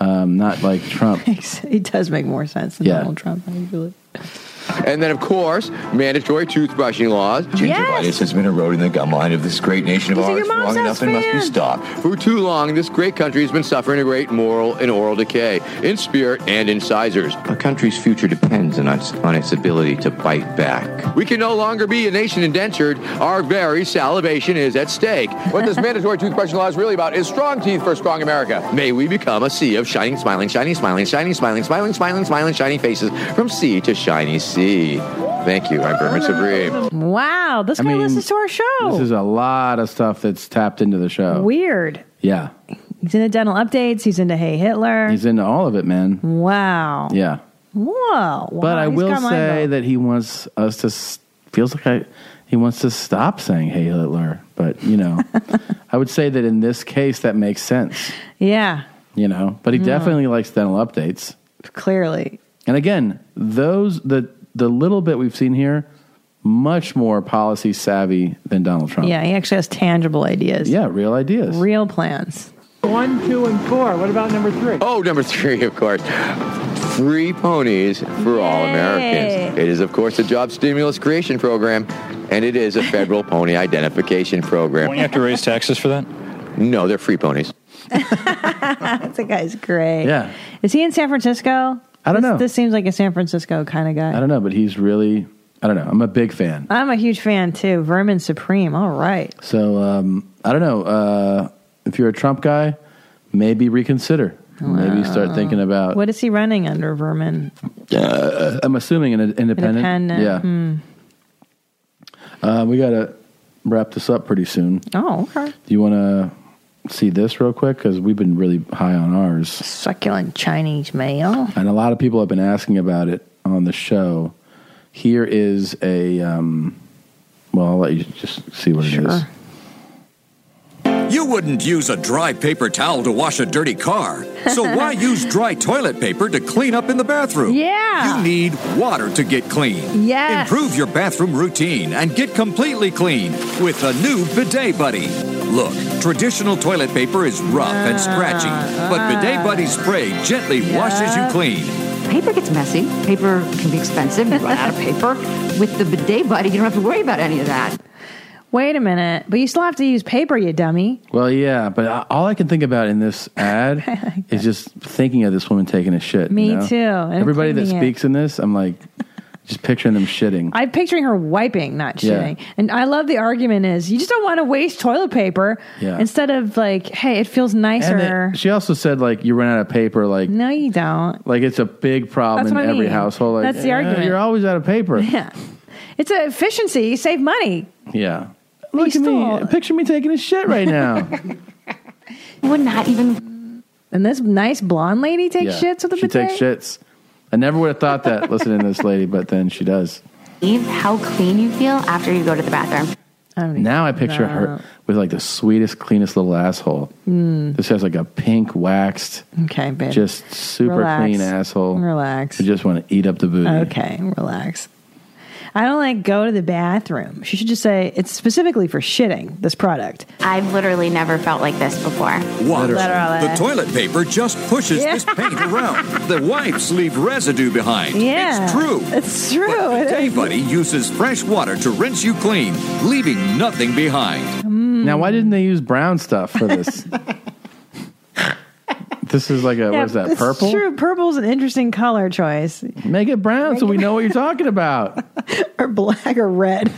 A: Um, not like Trump.
B: he does make more sense than
A: Yeah.
B: Donald Trump, I feel it.
P: And then, of course, mandatory toothbrushing laws.
B: Change of Yes.
P: violence has been eroding the gumline of this great nation
B: of These are your ours for mom's long house enough and must be fans.
P: stopped. For too long, this great country has been suffering a great moral and oral decay in spirit and in sizers.
Q: Our country's future depends on its, on its ability to bite back.
P: We can no longer be a nation indentured. Our very salivation is at stake. What this mandatory toothbrushing law is really about is strong teeth for strong America. May we become a sea of shining, smiling, shining, smiling, shining, smiling, smiling, smiling, smiling, shining faces from sea to shiny sea. Thank you. I'm Berman Sabri.
B: Wow, this
A: I
B: guy
A: mean,
B: listens to our show.
A: This is a lot of stuff that's tapped into the show.
B: Weird.
A: yeah.
B: He's into dental updates. He's into Hey Hitler.
A: He's into all of it, man.
B: wow.
A: Yeah.
B: Whoa.
A: but
B: Wow,
A: I
B: he's
A: will
B: got my
A: say
B: vote.
A: that he wants us to s- feels like I, he wants to stop saying "Hey Hitler," but you know, I would say that in this case that makes sense.
B: Yeah,
A: You know, but he
B: Yeah.
A: definitely likes dental updates.
B: Mm-hmm. clearly.
A: And again, those the the little bit we've seen here, much more policy savvy than Donald Trump.
B: Yeah, he actually has tangible ideas.
A: Yeah, real ideas.
B: Real plans.
R: One, two, and four. What about number three?
P: Oh, number three, of course. Free ponies for all Americans. It is, of course, a job stimulus creation program, and it is a federal pony identification program. Don't you have to raise taxes for that? No, they're free ponies.
B: that guy's great.
A: Yeah.
B: Is he in San Francisco?
A: I don't
B: This-
A: know.
B: This seems like a San Francisco kind of guy.
A: I don't know, but he's really I don't know. I'm a big fan.
B: I'm a huge fan too. Vermin Supreme. All right.
A: So um, I don't know. Uh, if you're a Trump guy, maybe reconsider. Maybe start thinking about.
B: What is he running under, Vermin?
A: Uh, I'm assuming an independent.
B: Independent.
A: Yeah.
B: Hmm.
A: Uh, we got to wrap this up pretty soon. Do
B: Oh, okay.
A: you want to see this real quick? Because we've been really high on ours.
B: Succulent Chinese male.
A: And a lot of people have been asking about it on the show. Here is a. Um, well, I'll let you just see what it is.
S: You wouldn't use a dry paper towel to wash a dirty car, so why use dry toilet paper to clean up in the bathroom?
B: Yeah.
S: You need water to get clean.
B: Yes.
S: Improve your bathroom routine and get completely clean with a new Bidet Buddy. Look, traditional toilet
B: Ah.
S: paper is rough and scratchy, but Bidet Buddy spray gently washes you clean.
T: paper gets messy. Paper can be expensive. You run out of paper. With the bidet buddy, you don't have to worry about any of that.
B: Wait a minute, but you still have to use paper, you dummy.
A: Well, yeah, but I- all I can think about in this ad is just thinking of this woman taking a shit. you
B: Me
A: know?
B: too, and
A: Everybody that
B: cleaning it.
A: speaks in this, I'm like, just picturing them shitting.
B: I'm picturing her wiping, not
A: Yeah.
B: shitting. And I love the argument is you just don't want to waste toilet paper
A: Yeah.
B: instead of like, hey, it feels
A: And
B: nicer.
A: it- she also said like you run out of paper, like
B: no, you don't.
A: like it's a big problem
B: That's
A: in
B: what I
A: every
B: mean.
A: household. Like,
B: That's the
A: "Yeah,
B: argument.
A: You're always out of paper.
B: Yeah. It's an efficiency. You save money.
A: Yeah. Look at me. Picture me taking a shit right now.
B: Would not even. And this nice blonde lady takes
A: Yeah.
B: shits with a
A: She
B: bidet.
A: takes shits. I never would have thought that listening to this lady, but then she does.
T: Leave how clean you feel after you go to the bathroom.
A: Now I picture her with like the sweetest, cleanest little asshole.
T: Mm.
A: This has like a pink waxed,
B: Hmm. Okay, babe.
A: just super
B: Relax.
A: clean asshole.
B: Relax.
A: I just want to eat up the booty.
B: Okay, relax. I don't like go to the bathroom. She should just say it's specifically for shitting. This product.
T: I've literally never felt like this before.
S: Watch.
B: Literally.
S: The toilet paper just pushes
B: Yeah.
S: this paint around. The wipes leave residue behind.
B: Yeah,
S: It's true.
B: It's true. It
S: Day
B: is.
S: Buddy uses fresh water to rinse you clean, leaving nothing behind.
A: Now, why didn't they use brown stuff for this? this is like a,
B: Yeah,
A: what is that,
B: it's
A: purple?
B: True, purple's an interesting color choice.
A: Make it brown so we know what you're talking about.
B: or black or red.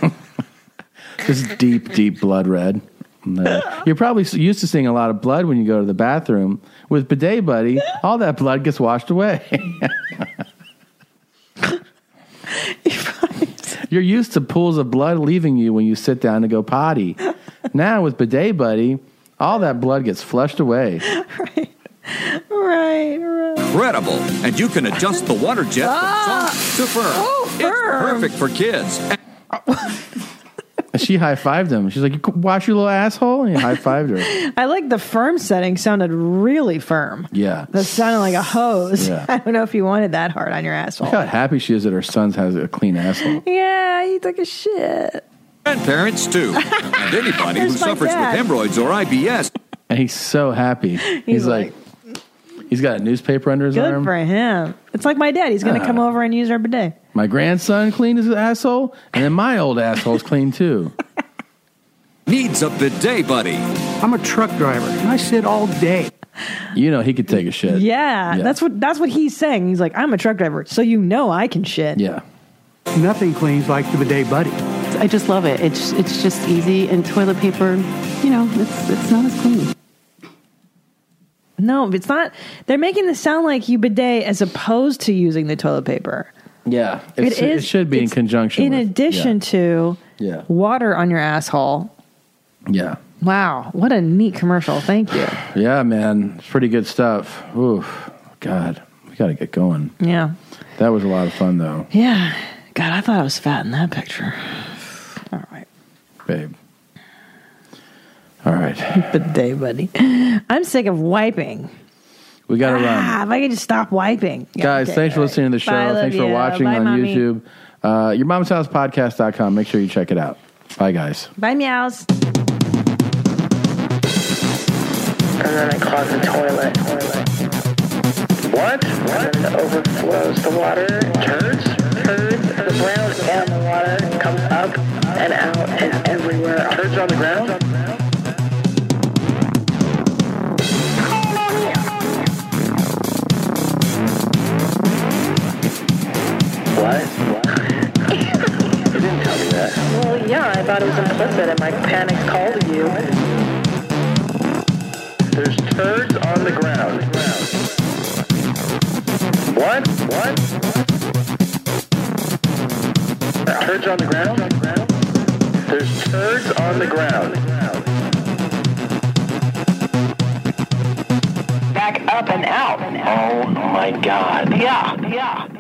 A: Just deep, deep blood red. No. You're probably s- used to seeing a lot of blood when you go to the bathroom. With Bidet Buddy, all that blood gets washed away. You're used to pools of blood leaving you when you sit down to go potty. Now, with Bidet Buddy, all that blood gets flushed away.
B: right, right.
S: Incredible. And you can adjust the water jet
B: Ah!
S: from soft to firm.
B: Oh,
S: It's perfect for kids.
A: And she high fived him. She's like, "You c- "Wash your little asshole," and he high fived her.
B: I like the firm setting sounded really firm.
A: Yeah.
B: That sounded like a hose.
A: Yeah.
B: I don't know if you wanted that hard on your
A: Look how
B: asshole.
A: happy she is that her son has a clean asshole.
B: yeah, you took a shit.
S: Grandparents, too. And anybody who
B: There's my
S: suffers
B: dad.
S: with hemorrhoids or IBS.
A: And he's so happy. He's, like, he's got a newspaper under his
B: Good
A: arm.
B: for him. It's like my dad. He's going to
A: Ah.
B: come over and use our bidet.
A: My grandson cleaned his asshole, and then my old asshole's clean too.
S: Needs a bidet buddy.
R: I'm a truck driver and I sit all day.
A: You know, he could take a shit.
B: Yeah, that's what that's what he's saying. He's like, I'm a truck driver, so you know I can shit.
A: Yeah.
R: Nothing cleans like the bidet buddy.
O: I just love it. It's it's just easy, and toilet paper, you know, it's it's not as clean.
B: No, it's not. They're making this sound like you bidet as opposed to using the toilet paper.
A: Yeah. It's, it, should be in
B: it's
A: conjunction.
B: In
A: with-
B: addition to
A: Yeah.
B: water on your asshole.
A: Yeah.
B: Wow, what a neat commercial. Thank you.
A: yeah. Yeah, man. It's pretty good stuff. Oof. God. We got to get going.
B: Yeah.
A: That was a lot of fun, though,
B: Yeah. God, I thought I was fat in that picture.
A: babe. All right.
B: Bidet buddy. I'm sick of wiping.
A: We got to run.
B: Ah, if I could just stop wiping. Yeah,
A: Guys,
B: okay,
A: thanks for
B: all right.
A: listening to the show.
B: Bye, love
A: thanks for
B: you.
A: watching
B: Bye,
A: on
B: mommy.
A: YouTube. Uh, your mom's house podcast.com. Make sure you check it out. Bye, guys.
B: Bye, meows.
J: And then I clog the toilet. What? What? It overflows the water. Turds? Turds. The brown animal water comes up and out and everywhere. Turds on the ground? What? you didn't tell me that. Well, yeah, I thought it was implicit in my panic call to you. There's turds on the ground. What? What? Turds on the ground? There's turds on the ground. Back up and out. Oh my god. Yeah, yeah.